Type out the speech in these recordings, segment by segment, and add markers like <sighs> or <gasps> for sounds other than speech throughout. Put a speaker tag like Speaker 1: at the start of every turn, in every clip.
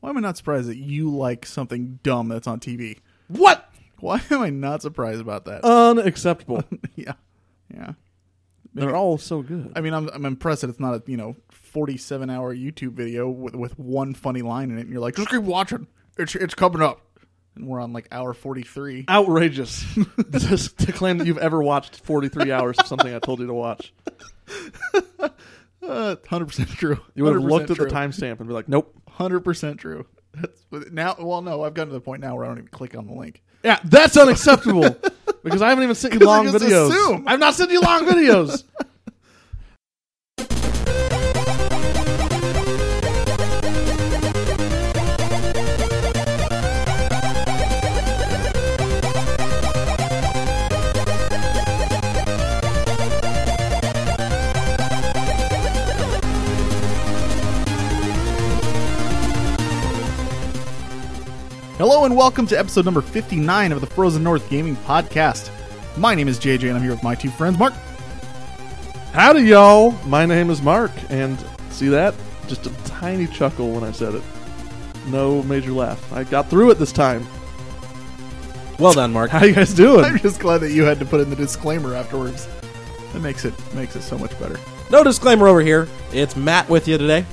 Speaker 1: Why am I not surprised that you like something dumb that's on TV?
Speaker 2: What?
Speaker 1: Why am I not surprised about
Speaker 2: Oh.
Speaker 1: that?
Speaker 2: <laughs> Unacceptable.
Speaker 1: <laughs> yeah, yeah.
Speaker 2: They're all so good.
Speaker 1: I mean, I'm I'm impressed that it's not a you know 47 hour YouTube video with with one funny line in it, and you're like, just keep watching. It's it's coming up, and we're on like hour 43. <laughs>
Speaker 2: Uh, Outrageous Just <laughs> to claim that you've ever watched 43 hours of something I told you to watch.
Speaker 1: Uh, 100% true.
Speaker 2: You would have
Speaker 1: 100%
Speaker 2: looked at
Speaker 1: true.
Speaker 2: the timestamp and be like, nope.
Speaker 1: Hundred percent true. That's but now. Well, no, I've gotten to the point now where I don't even click on the link.
Speaker 2: Yeah, <laughs> that's unacceptable because I haven't even <laughs> sent you long
Speaker 1: just
Speaker 2: videos.
Speaker 1: assume.
Speaker 2: I've not sent you long videos.
Speaker 1: Hello and welcome to episode number fifty-nine of the Frozen North Gaming Podcast. My name is JJ, and I'm here with my two friends, Mark.
Speaker 2: Howdy, y'all. My name is Mark, and see that? Just a tiny chuckle when I said it. No major laugh. I got through it this time.
Speaker 3: Well done, Mark.
Speaker 2: How you
Speaker 1: <laughs>
Speaker 2: guys
Speaker 1: I'm
Speaker 3: <laughs>
Speaker 2: doing?
Speaker 1: just glad that you had to put in the disclaimer afterwards. That makes it makes it so much better.
Speaker 3: No disclaimer over here. It's Matt with you today.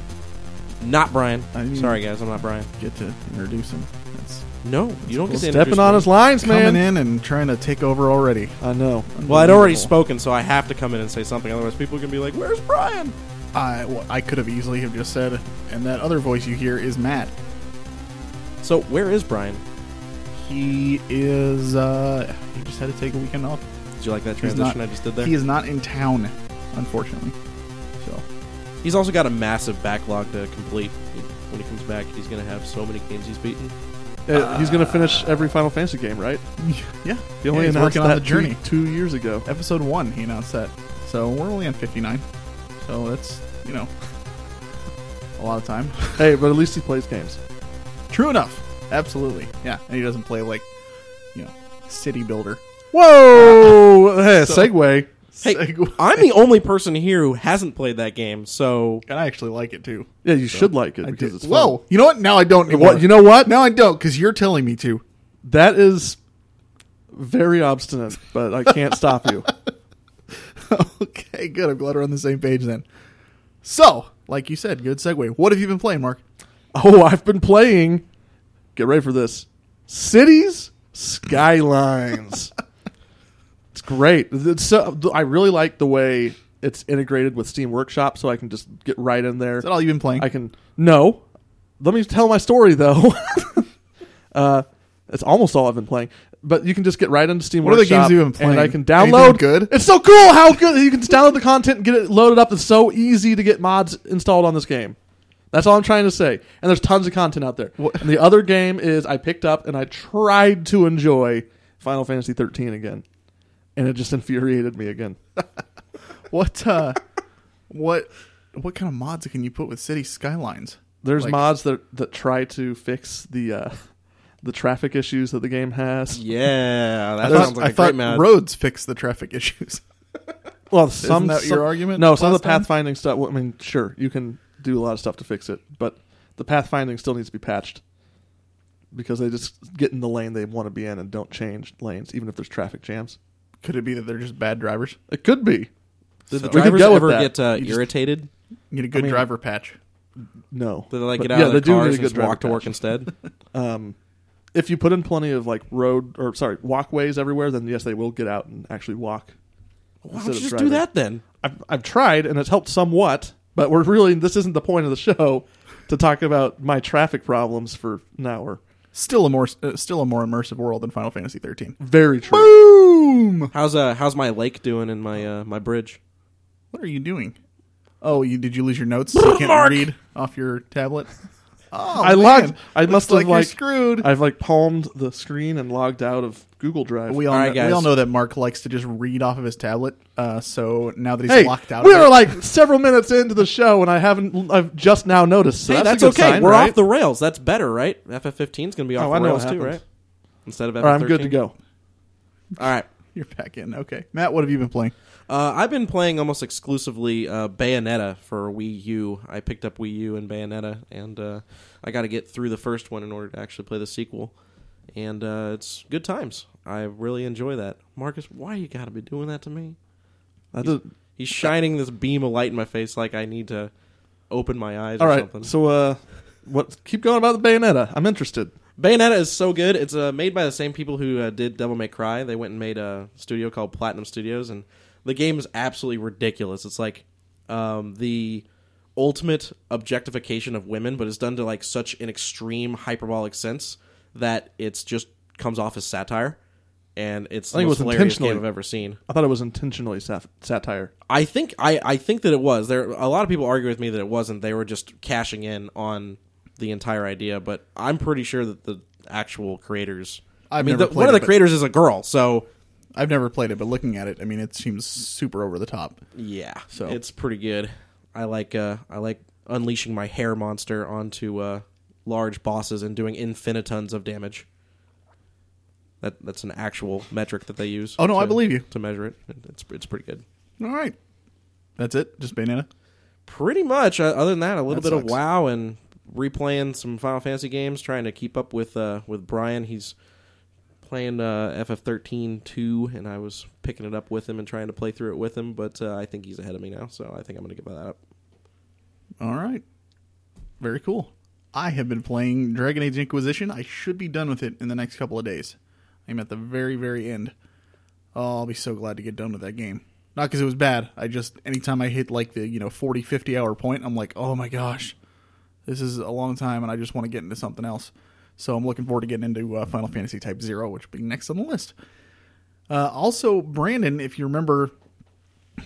Speaker 3: Not Brian.
Speaker 1: I mean-
Speaker 3: Sorry, guys, I'm not Brian.
Speaker 1: Get to introduce him. That's
Speaker 3: No, you don't get to introduce
Speaker 2: Stepping on
Speaker 3: me.
Speaker 2: his lines, man.
Speaker 1: coming in and trying to take over already.
Speaker 2: I know.
Speaker 3: Well, I'd
Speaker 1: Unbelievable.
Speaker 3: already spoken, so I have to come in and say something. Otherwise, people are gonna be like, "Where's Brian?"
Speaker 1: I well, I could have easily have just said, and that other voice you hear is Matt.
Speaker 3: So, where is Brian?
Speaker 1: He is. uh He just had to take a weekend off.
Speaker 3: Did you like that
Speaker 1: He's
Speaker 3: transition
Speaker 1: not-
Speaker 3: I just did there?
Speaker 1: He
Speaker 3: He's,
Speaker 1: is not in town, unfortunately. So
Speaker 3: also got a massive backlog to complete. When he comes back, he's gonna have so many games he's beaten.
Speaker 2: Uh, he's going to finish every Final Fantasy game, right?
Speaker 1: yeah,
Speaker 2: He
Speaker 1: Yeah,
Speaker 2: only
Speaker 1: he's
Speaker 2: announced
Speaker 1: working on
Speaker 2: that
Speaker 1: the journey.
Speaker 2: two, two years ago.
Speaker 1: Episode one, he announced that. So we're only on fifty nine. So that's you know <laughs> a lot of time.
Speaker 2: Hey, but at least he plays games.
Speaker 1: True enough. Absolutely. Yeah, and he doesn't play like you know city builder.
Speaker 2: Whoa! <laughs> hey,
Speaker 1: So-
Speaker 2: segue.
Speaker 1: <laughs>
Speaker 3: Hey,
Speaker 1: Segue.
Speaker 3: I'm the only person here who hasn't played that game, so
Speaker 1: and I actually like it too.
Speaker 2: Yeah, you should like it
Speaker 1: I
Speaker 2: because
Speaker 1: did-
Speaker 2: it's fun.
Speaker 1: Whoa! You know what? Now I don't. Anymore.
Speaker 2: What you know? What
Speaker 1: Now I don't because you're telling me to. <laughs>
Speaker 2: that is very obstinate, but I can't
Speaker 1: <laughs>
Speaker 2: stop you.
Speaker 1: okay, good. I'm glad we're on the same page then. So, like you said, good segue. What have you been playing, Mark?
Speaker 2: Oh, I've been playing. Get ready for this. Cities
Speaker 1: <laughs>
Speaker 2: Skylines. it's great. It's so, I really like the way it's integrated with Steam Workshop, so I can just get right in there.
Speaker 1: Is that all you've been playing?
Speaker 2: I can no. Let me tell my story though. <laughs> uh, it's almost all I've been playing, but you can just get right into Steam.
Speaker 1: What are the
Speaker 2: Workshop,
Speaker 1: games you've been playing?
Speaker 2: And I can
Speaker 1: Are you
Speaker 2: download.
Speaker 1: doing good?
Speaker 2: It's so cool how good you can just download the content and get it loaded up. It's so easy to get mods installed on this game. That's all I'm trying to say. And there's tons of content out there.
Speaker 1: What-
Speaker 2: And the other game is I picked up and I tried to enjoy Final Fantasy 13 again, and it just infuriated me again.
Speaker 1: <laughs> What uh what what kind of mods can you put with city skylines?
Speaker 2: There's
Speaker 1: Like-
Speaker 2: mods that that try to fix the uh, the traffic issues that the game has.
Speaker 3: yeah, that
Speaker 1: I thought,
Speaker 3: sounds like
Speaker 1: I
Speaker 3: a
Speaker 1: thought
Speaker 3: great match.
Speaker 1: roads fix the traffic <laughs> issues.
Speaker 2: Well, some
Speaker 1: that your
Speaker 2: some-
Speaker 1: argument
Speaker 2: No, some of the
Speaker 1: last
Speaker 2: pathfinding stuff. Well, I mean, sure, you can do a lot of stuff to fix it, but the pathfinding still needs to be patched because they just get in the lane they want to be in and don't change lanes, even if there's traffic jams.
Speaker 1: Could it be that they're just bad drivers?
Speaker 2: It could be
Speaker 3: Did the
Speaker 2: We could
Speaker 3: drivers
Speaker 2: go with
Speaker 3: ever
Speaker 2: that.
Speaker 3: get uh,
Speaker 1: You just-
Speaker 3: irritated?
Speaker 1: You need a good
Speaker 2: mean-
Speaker 1: driver patch.
Speaker 2: no.
Speaker 3: Did they like
Speaker 2: But
Speaker 3: get out
Speaker 2: yeah,
Speaker 3: of their
Speaker 2: they do need
Speaker 3: cars
Speaker 2: a
Speaker 3: and
Speaker 2: good
Speaker 3: just walk
Speaker 2: driver
Speaker 3: to work
Speaker 2: patch. <laughs>
Speaker 3: instead?
Speaker 2: Um, if you put in plenty of like road or sorry walkways everywhere, then yes, they will get out and actually walk.
Speaker 3: Why
Speaker 2: instead
Speaker 3: don't
Speaker 2: of
Speaker 3: you just do
Speaker 2: driving.
Speaker 3: that then?
Speaker 2: I've, I've tried and it's helped somewhat, but we're really this isn't the point of the show to talk about my traffic problems for an hour.
Speaker 1: Still a more uh, still a more immersive world than Final Fantasy 13.
Speaker 2: Very true.
Speaker 1: Boom!
Speaker 3: How's uh how's my lake doing in my uh my bridge?
Speaker 1: What are you doing? Oh, you did you lose your notes? So you can't
Speaker 3: Mark!
Speaker 1: read off your tablet. Oh,
Speaker 2: I logged. I
Speaker 1: Looks
Speaker 2: must
Speaker 1: like
Speaker 2: have
Speaker 1: you're
Speaker 2: like
Speaker 1: screwed.
Speaker 2: I've like palmed the screen and logged out of Google Drive.
Speaker 1: we all,
Speaker 3: All right,
Speaker 1: know, we
Speaker 3: guys.
Speaker 1: all know that Mark likes to just read off of his tablet. Uh, so now that he's
Speaker 2: hey,
Speaker 1: locked out,
Speaker 2: we
Speaker 1: of it-
Speaker 2: are like several minutes into the show, and I haven't. I've just now noticed. So
Speaker 3: hey,
Speaker 2: that's,
Speaker 3: that's,
Speaker 2: a good
Speaker 3: okay.
Speaker 2: sign,
Speaker 3: We're
Speaker 2: right?
Speaker 3: off the rails. That's better, right? FF15 is going to be off
Speaker 2: Oh,
Speaker 3: the
Speaker 2: I know
Speaker 3: rails
Speaker 2: what
Speaker 3: too,
Speaker 2: happens.
Speaker 3: right? Instead of FF13.
Speaker 2: All right, I'm good to go.
Speaker 3: All right.
Speaker 1: You're back in. Okay. Matt, what have you been playing?
Speaker 3: Uh, I've been playing almost exclusively uh, Bayonetta for Wii U. I picked up Wii U and Bayonetta, and uh, I got to get through the first one in order to actually play the sequel. And uh, it's good times. I really enjoy that. Marcus, why you got to be doing that to me?
Speaker 2: That doesn't-
Speaker 3: He's shining this beam of light in my face like I need to open my eyes
Speaker 2: all
Speaker 3: or
Speaker 2: right.
Speaker 3: something.
Speaker 2: So, uh, what? Keep going about the Bayonetta. I'm interested.
Speaker 3: Bayonetta is so good. It's uh, made by the same people who uh, did Devil May Cry. They went and made a studio called Platinum Studios, and the game is absolutely ridiculous. It's like um, the ultimate objectification of women, but it's done to like such an extreme hyperbolic sense that it's just comes off as satire, and it's the
Speaker 2: I think it
Speaker 3: most
Speaker 2: was
Speaker 3: hilarious game
Speaker 2: intentionally-
Speaker 3: I've ever seen.
Speaker 2: I thought it was intentionally saf- satire.
Speaker 3: I think I, I think that it was. There a lot of people argue with me that it wasn't. They were just cashing in on the entire idea, but I'm pretty sure that the actual creators
Speaker 1: I've
Speaker 3: mean
Speaker 1: never
Speaker 3: the,
Speaker 1: played
Speaker 3: one of
Speaker 1: it,
Speaker 3: the
Speaker 1: but-
Speaker 3: creators is a girl, so
Speaker 1: I've never played it, but looking at it, I mean, it seems super over the top.
Speaker 3: yeah. So it's pretty good. I like uh I like unleashing my hair monster onto uh large bosses and doing infinitons of damage. That that's an actual metric that they use.
Speaker 1: Oh, no, I
Speaker 3: to-
Speaker 1: believe you.
Speaker 3: To measure it. It's it's pretty good.
Speaker 1: All right, that's it. Just Bayonetta.
Speaker 3: pretty much uh, other than that a little
Speaker 1: That
Speaker 3: bit of
Speaker 1: sucks.
Speaker 3: wow and replaying some final fantasy games trying to keep up with uh with brian he's playing uh ff13 2 and i was picking it up with him and trying to play through it with him but uh, i think he's ahead of me now so i think i'm gonna give that up
Speaker 1: All right, very cool. I have been playing Dragon Age Inquisition. I should be done with it in the next couple of days. I'm at the very, very end. Oh, I'll be so glad to get done with that game. Not because it was bad. I just anytime I hit like the you know 40, 50 hour point, I'm like, oh my gosh, this is a long time, and I just want to get into something else. So I'm looking forward to getting into uh, Final Fantasy Type Zero, which will be next on the list. Uh, also, Brandon, if you remember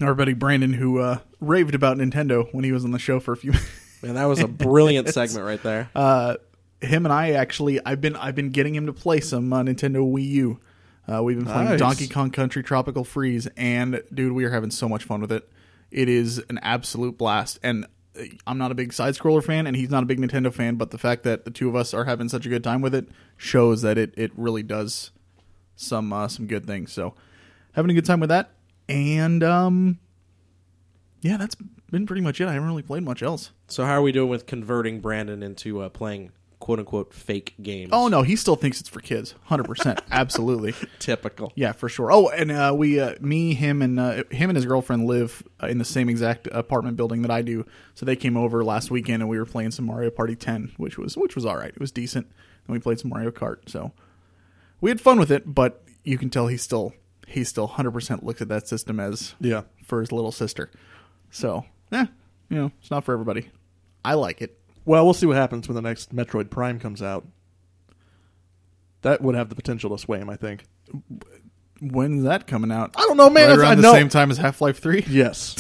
Speaker 1: our buddy Brandon, who uh, raved about Nintendo when he was on the show for a few. <laughs>
Speaker 3: man that was a brilliant segment right there
Speaker 1: uh, him and I actually, I've been I've been getting him to play some uh, Nintendo Wii U. Uh, we've been playing
Speaker 2: Nice.
Speaker 1: Donkey Kong Country Tropical Freeze, and dude, we are having so much fun with it. It is an absolute blast, and uh, I'm not a big side scroller fan, and he's not a big Nintendo fan, but the fact that the two of us are having such a good time with it shows that it it really does some uh, some good things. So, having a good time with that, and um, yeah, that's been pretty much it. I haven't really played much else.
Speaker 3: so how are we doing with converting brandon into uh playing quote unquote fake games
Speaker 1: Oh no, he still thinks it's for kids. Hundred
Speaker 2: <laughs>
Speaker 1: percent, absolutely,
Speaker 3: typical
Speaker 1: yeah, for sure. Oh, and uh, we, uh, me, him, and uh, him and his girlfriend live uh, in the same exact apartment building that I do. So they came over last weekend, and we were playing some Mario Party Ten, which was which was all right. It was decent, and we played some Mario Kart. So we had fun with it, but you can tell he's still he still hundred percent looks at that system as
Speaker 2: Yeah.
Speaker 1: for his little sister. So eh, you know, it's not for everybody. I like it.
Speaker 2: Well, we'll see what happens when the next Metroid Prime comes out. That would have the potential to sway him, I think.
Speaker 1: When's that coming out?
Speaker 2: I don't know, man.
Speaker 1: Right
Speaker 2: That's- I
Speaker 1: around the
Speaker 2: know- <laughs>
Speaker 1: same time as Half Life Three.
Speaker 2: Yes.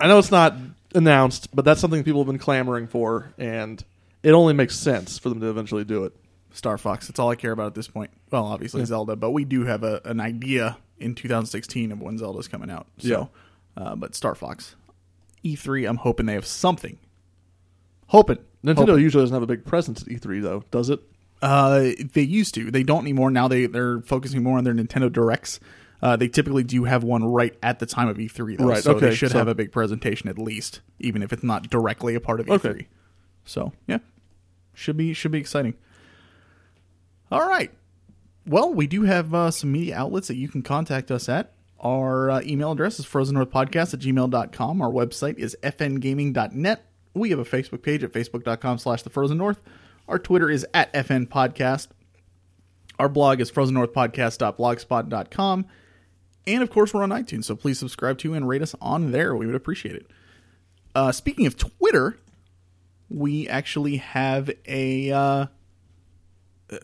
Speaker 2: I know it's not announced, but that's something people have been clamoring for, and it only makes sense for them to eventually do it.
Speaker 1: Star Fox. That's all I care about at this point. Well, obviously Zelda, but we do have a, an idea in 2016 of when Zelda's coming out. So, uh, but Star Fox, E3. I'm hoping they have something. Hoping
Speaker 2: Nintendo
Speaker 1: Hoping.
Speaker 2: usually doesn't have a big presence at E3, though, does it?
Speaker 1: Uh, they used to. They don't anymore. Now they they're focusing more on their Nintendo Directs. Uh, they typically do have one right at the time of E3, though,
Speaker 2: Right,
Speaker 1: so they
Speaker 2: okay,
Speaker 1: should
Speaker 2: so-
Speaker 1: have a big presentation at least, even if it's not directly a part of E3.
Speaker 2: Okay.
Speaker 1: So yeah, should be should be exciting. All right. Well, we do have uh, some media outlets that you can contact us at. Our uh, email address is frozennorthpodcast at gmail.com. Our website is fngaming.net. We have a Facebook page at facebook.com slash the frozen north. Our Twitter is at fnpodcast. Our blog is frozennorthpodcast.blogspot.com. And of course, we're on iTunes, so please subscribe to and rate us on there. We would appreciate it. Uh, speaking of Twitter, we actually have a uh,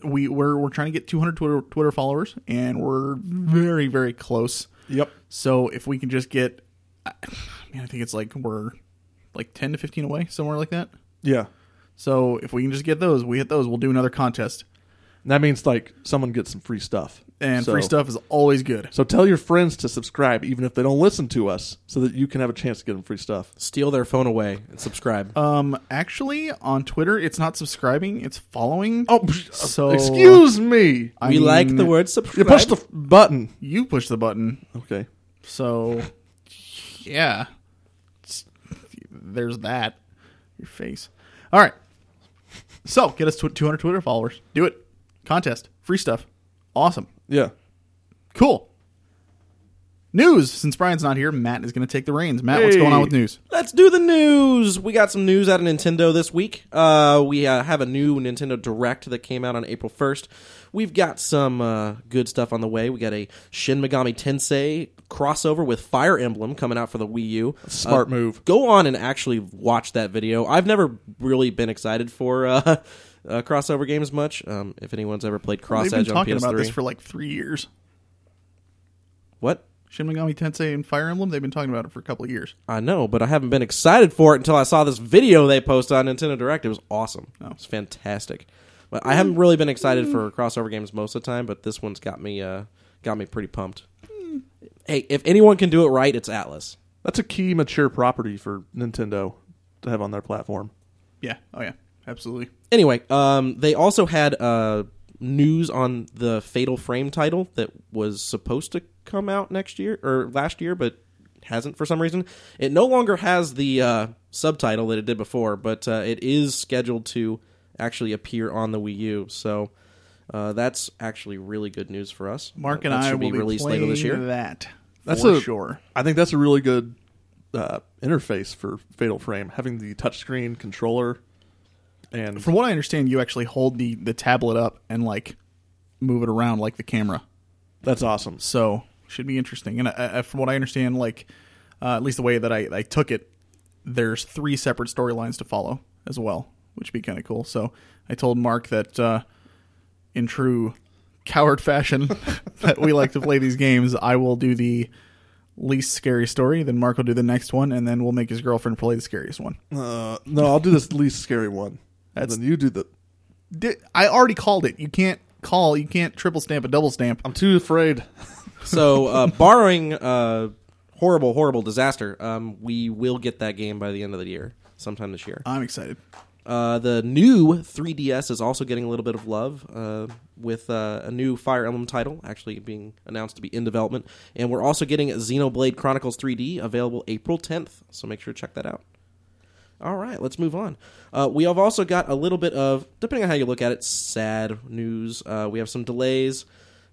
Speaker 1: we we're we're trying to get 200 Twitter Twitter followers, and we're very very close.
Speaker 2: Yep.
Speaker 1: So if we can just get, I mean, I think it's like we're like 10 to 15 away, somewhere like that.
Speaker 2: Yeah.
Speaker 1: So if we can just get those, we hit those, we'll do another contest.
Speaker 2: And that means, like, someone gets some free stuff.
Speaker 1: And
Speaker 2: So-
Speaker 1: free stuff is always good.
Speaker 2: So tell your friends to subscribe, even if they don't listen to us, so that you can have a chance to get them free stuff.
Speaker 3: steal their phone away and subscribe
Speaker 1: Um, actually, on Twitter, it's not subscribing; it's following.
Speaker 2: Oh, psh,
Speaker 1: So-
Speaker 2: excuse me.
Speaker 1: I
Speaker 3: we like
Speaker 1: mean,
Speaker 3: the word
Speaker 2: You
Speaker 3: subscribe
Speaker 2: push the f- button.
Speaker 1: You push the button,
Speaker 2: Okay.
Speaker 1: so yeah. It's- there's that. Your face. All right. So get us to 200 Twitter followers. Do it. Contest. Free stuff. Awesome.
Speaker 2: Yeah.
Speaker 1: Cool. News. Since Brian's not here, Matt is going to take the reins. Matt, what's
Speaker 2: Hey.
Speaker 1: going on with news?
Speaker 3: Let's do the news. We got some news out of Nintendo this week. Uh, we uh, have a new Nintendo Direct that came out on April 1st. We've got some uh, good stuff on the way. We got a Shin Megami Tensei crossover with Fire Emblem coming out for the Wii U.
Speaker 2: Smart
Speaker 3: Uh,
Speaker 2: move.
Speaker 3: Go on and actually watch that video. I've never really been excited for uh, <laughs> uh, crossover games much. Um, if anyone's ever played Cross
Speaker 1: They've been
Speaker 3: Edge on
Speaker 1: talking
Speaker 3: PS3,
Speaker 1: about this for like three years.
Speaker 3: what?
Speaker 1: Shin Megami Tensei and Fire Emblem. They've been talking about it for a couple of years.
Speaker 3: I know, but I haven't been excited for it until I saw this video they posted on Nintendo Direct. It was awesome. It was fantastic. But I haven't really been excited for crossover games most of the time, but this one's got me uh, got me pretty pumped. Hey, if anyone can do it right, it's Atlas.
Speaker 2: That's a key mature property for Nintendo to have on their platform.
Speaker 1: Yeah. Oh yeah. Absolutely.
Speaker 3: Anyway, um, they also had uh, news on the Fatal Frame title that was supposed to come out next year or last year, but hasn't for some reason. It no longer has the uh, subtitle that it did before, but uh, it is scheduled to actually appear on the Wii U. So uh, that's actually really good news for us.
Speaker 1: Mark
Speaker 3: That
Speaker 1: and I
Speaker 3: should
Speaker 1: will be, playing that.
Speaker 2: That's
Speaker 1: for
Speaker 2: a-
Speaker 1: sure.
Speaker 2: I think that's a really good uh, interface for Fatal Frame, having the touchscreen controller and
Speaker 1: From what I understand, you actually hold the the tablet up and like move it around like the camera.
Speaker 2: that's awesome.
Speaker 1: So should be interesting. And uh, uh, from what I understand, like uh, at least the way that I, I took it, there's three separate storylines to follow as well, which would be kind of cool. So I told Mark that uh, in true coward fashion <laughs> that we like to play these games, I will do the least scary story, then Mark will do the next one, and then we'll make his girlfriend play the scariest one.
Speaker 2: Uh, no, I'll do this least scary one. And
Speaker 1: That's-
Speaker 2: then you do the.
Speaker 1: Di- I already called it. You can't call, you can't triple stamp a double stamp.
Speaker 2: I'm too afraid.
Speaker 3: So,
Speaker 1: <laughs>
Speaker 3: uh, borrowing uh, horrible, horrible disaster, um, we will get that game by the end of the year, sometime this year.
Speaker 1: I'm excited.
Speaker 3: Uh, the new 3DS is also getting a little bit of love uh, with uh, a new Fire Emblem title actually being announced to be in development. And we're also getting Xenoblade Chronicles 3D available April 10th, so make sure to check that out. All right, let's move on. Uh, we have also got a little bit of, depending on how you look at it, sad news. Uh, we have some delays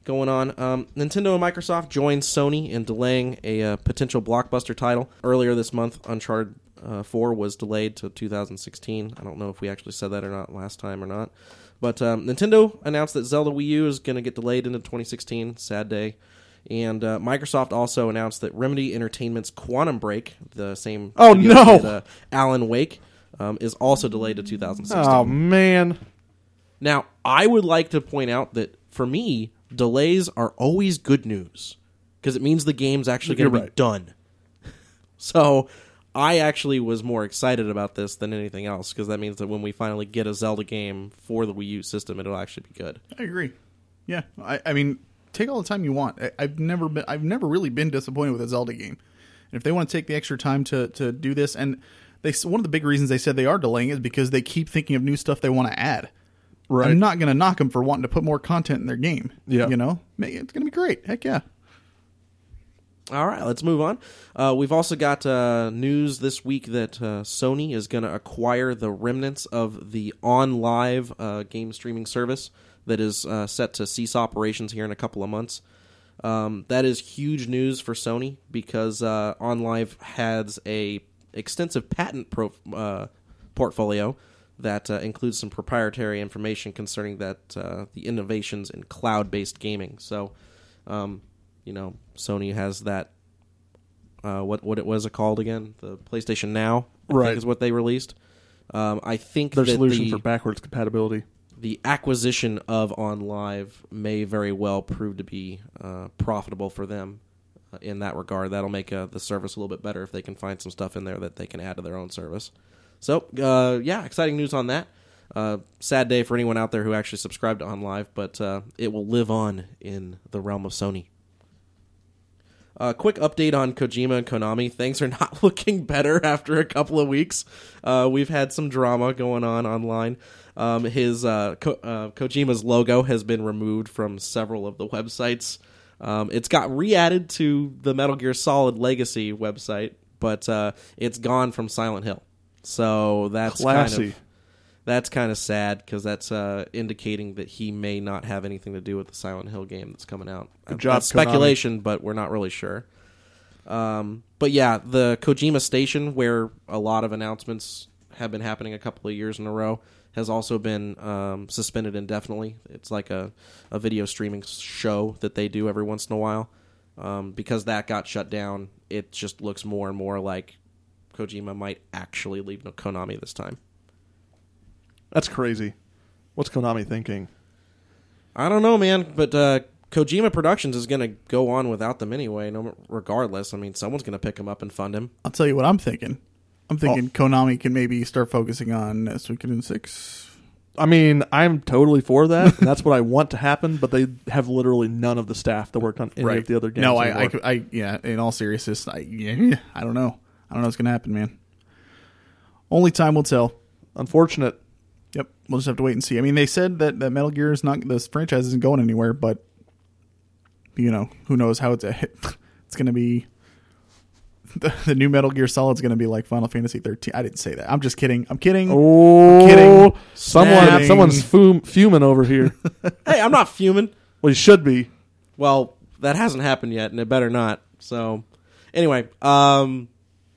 Speaker 3: going on. Um, Nintendo and Microsoft joined Sony in delaying a uh, potential blockbuster title. Earlier this month, Uncharted uh, 4 was delayed to 2016. I don't know if we actually said that or not last time or not. But um, Nintendo announced that Zelda Wii U is going to get delayed into 2016. Sad day. And uh, Microsoft also announced that Remedy Entertainment's Quantum Break, the same
Speaker 2: Oh,
Speaker 3: studio
Speaker 2: no!
Speaker 3: that did, uh, Alan Wake um, is also delayed to 2016.
Speaker 2: Oh man,
Speaker 3: Now, I would like to point out that for me, delays are always good news because it means the game's actually going
Speaker 2: You're
Speaker 3: to be
Speaker 2: right.
Speaker 3: done. <laughs> So, I actually was more excited about this than anything else because that means that when we finally get a Zelda game for the Wii U system, it'll actually be good.
Speaker 1: I agree. Yeah, I, I mean, take all the time you want. I, I've never been, I've never really been disappointed with a Zelda game. And if they want to take the extra time to to do this, and they s- one of the big reasons they said they are delaying is because they keep thinking of new stuff they want to add.
Speaker 2: Right.
Speaker 1: I'm not going to knock them for wanting to put more content in their game.
Speaker 2: Yeah.
Speaker 1: you know, Ma- it's going to be great. Heck yeah.
Speaker 3: All right, let's move on. Uh, we've also got uh, news this week that uh, Sony is going to acquire the remnants of the on live uh, game streaming service that is uh, set to cease operations here in a couple of months. Um, that is huge news for Sony because uh, OnLive has a extensive patent pro- uh, portfolio that uh, includes some proprietary information concerning that uh, the innovations in cloud-based gaming. So, um, you know, Sony has that. Uh, what what it was it called again? The PlayStation Now, I
Speaker 2: Right.
Speaker 3: Think is what they released. Um, I think
Speaker 2: their
Speaker 3: that
Speaker 2: solution
Speaker 3: the-
Speaker 2: for backwards compatibility.
Speaker 3: the acquisition of on live may very well prove to be uh, profitable for them uh, in that regard that'll make uh, the service a little bit better if they can find some stuff in there that they can add to their own service so uh, yeah exciting news on that uh, sad day for anyone out there who actually subscribed to on live but uh, it will live on in the realm of sony uh, quick update on Kojima and Konami. Things are <laughs> not looking better after a couple of weeks. Uh, we've had some drama going on online. Um, his uh, Ko- uh, Kojima's logo has been removed from several of the websites. Um, it's got re-added to the Metal Gear Solid Legacy website, but uh, it's gone from Silent Hill. So that's kind
Speaker 2: Classy.
Speaker 3: of that's kind of sad because that's uh, indicating that he may not have anything to do with the Silent Hill game that's coming out.
Speaker 2: Good job,
Speaker 3: That's speculation, but we're not really sure. Um, but yeah, the Kojima Station, where a lot of announcements have been happening a couple of years in a row, has also been um, suspended indefinitely. It's like a, a video streaming show that they do every once in a while. Um, because that got shut down, it just looks more and more like Kojima might actually leave Konami this time.
Speaker 2: That's crazy. What's Konami thinking?
Speaker 3: I don't know, man, but uh, Kojima Productions is going to go on without them anyway. No, regardless, I mean, someone's going to pick him up and fund him.
Speaker 1: I'll tell you what I'm thinking.
Speaker 2: Oh.
Speaker 1: I'm thinking Konami can maybe start focusing on Suikoden Six.
Speaker 2: I mean, I'm totally for that. and that's what I want to happen, but they have literally none of the staff that worked on any of the other games.
Speaker 1: No, I, I,
Speaker 2: anymore.
Speaker 1: could- I, yeah. In all seriousness, I, yeah, I don't know. I don't know what's gonna happen, man. Only time will tell.
Speaker 2: Unfortunate.
Speaker 1: Yep, we'll just have to wait and see. I mean, they said that, that Metal Gear is not this franchise isn't going anywhere, but you know, who knows how it's <laughs> it's going to be. <laughs> The, the new Metal Gear Solid's going to be like Final Fantasy 13. I didn't say that. I'm just kidding. I'm kidding.
Speaker 2: Oh,
Speaker 1: kidding.
Speaker 2: Someone,
Speaker 1: Kidding. <laughs>
Speaker 2: someone's fum- fuming over here.
Speaker 3: <laughs> hey, I'm not fuming.
Speaker 2: well, you should be.
Speaker 3: Well, that hasn't happened yet, and it better not. So, anyway, um,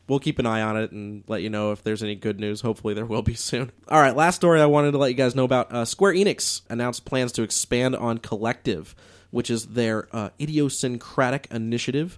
Speaker 3: we'll keep an eye on it and let you know if there's any good news. Hopefully, there will be <laughs> soon. All right, last story I wanted to let you guys know about uh, Square Enix announced plans to expand on Collective, which is their uh, idiosyncratic initiative.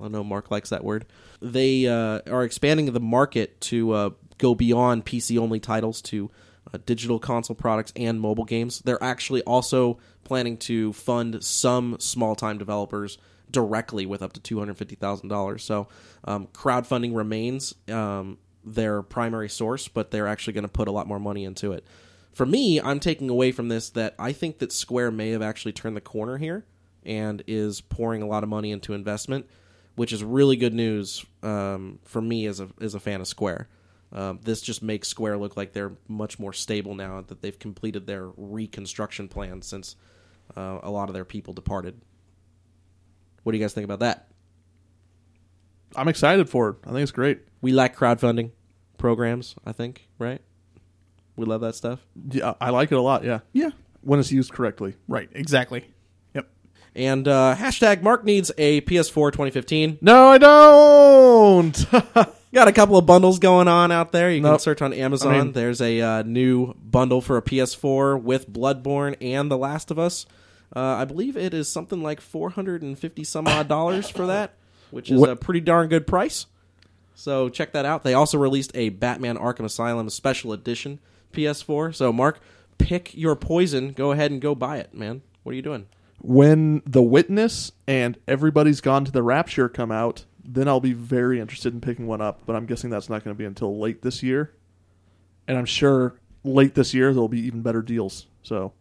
Speaker 3: I know Mark likes that word. They uh, are expanding the market to uh, go beyond PC only titles to uh, digital console products and mobile games. They're actually also planning to fund some small time developers directly with up to $250,000. So um, crowdfunding remains um, their primary source, but they're actually going to put a lot more money into it. For me, I'm taking away from this that I think that Square may have actually turned the corner here and is pouring a lot of money into investment, which is really good news um, for me as a as a fan of Square. Um, this just makes Square look like they're much more stable now that they've completed their reconstruction plan since uh, a lot of their people departed. What do you guys think about that?
Speaker 2: I'm excited for it. I think it's great.
Speaker 3: We like crowdfunding programs, I think, right? We love that stuff.
Speaker 2: Yeah, I like it a lot. Yeah,
Speaker 1: Yeah,
Speaker 2: when it's used correctly.
Speaker 1: right. Exactly. Yep.
Speaker 3: And uh, hashtag Mark needs a PS4 2015.
Speaker 2: No, I don't. <laughs>
Speaker 3: Got a couple of bundles going on out there. You can
Speaker 2: Nope.
Speaker 3: search on Amazon.
Speaker 2: I mean-
Speaker 3: There's a uh, new bundle for a PS4 with Bloodborne and The Last of Us. Uh, I believe it is something like 450 some odd dollars for that, which is
Speaker 2: What-
Speaker 3: a pretty darn good price. So check that out. They also released a Batman Arkham Asylum special edition PS4. So Mark, pick your poison. Go ahead and go buy it, man. What are you doing?
Speaker 2: when The Witness and Everybody's Gone to the Rapture come out, then I'll be very interested in picking one up. But I'm guessing that's not going to be until late this year. And I'm sure late this year there'll be even better deals. So,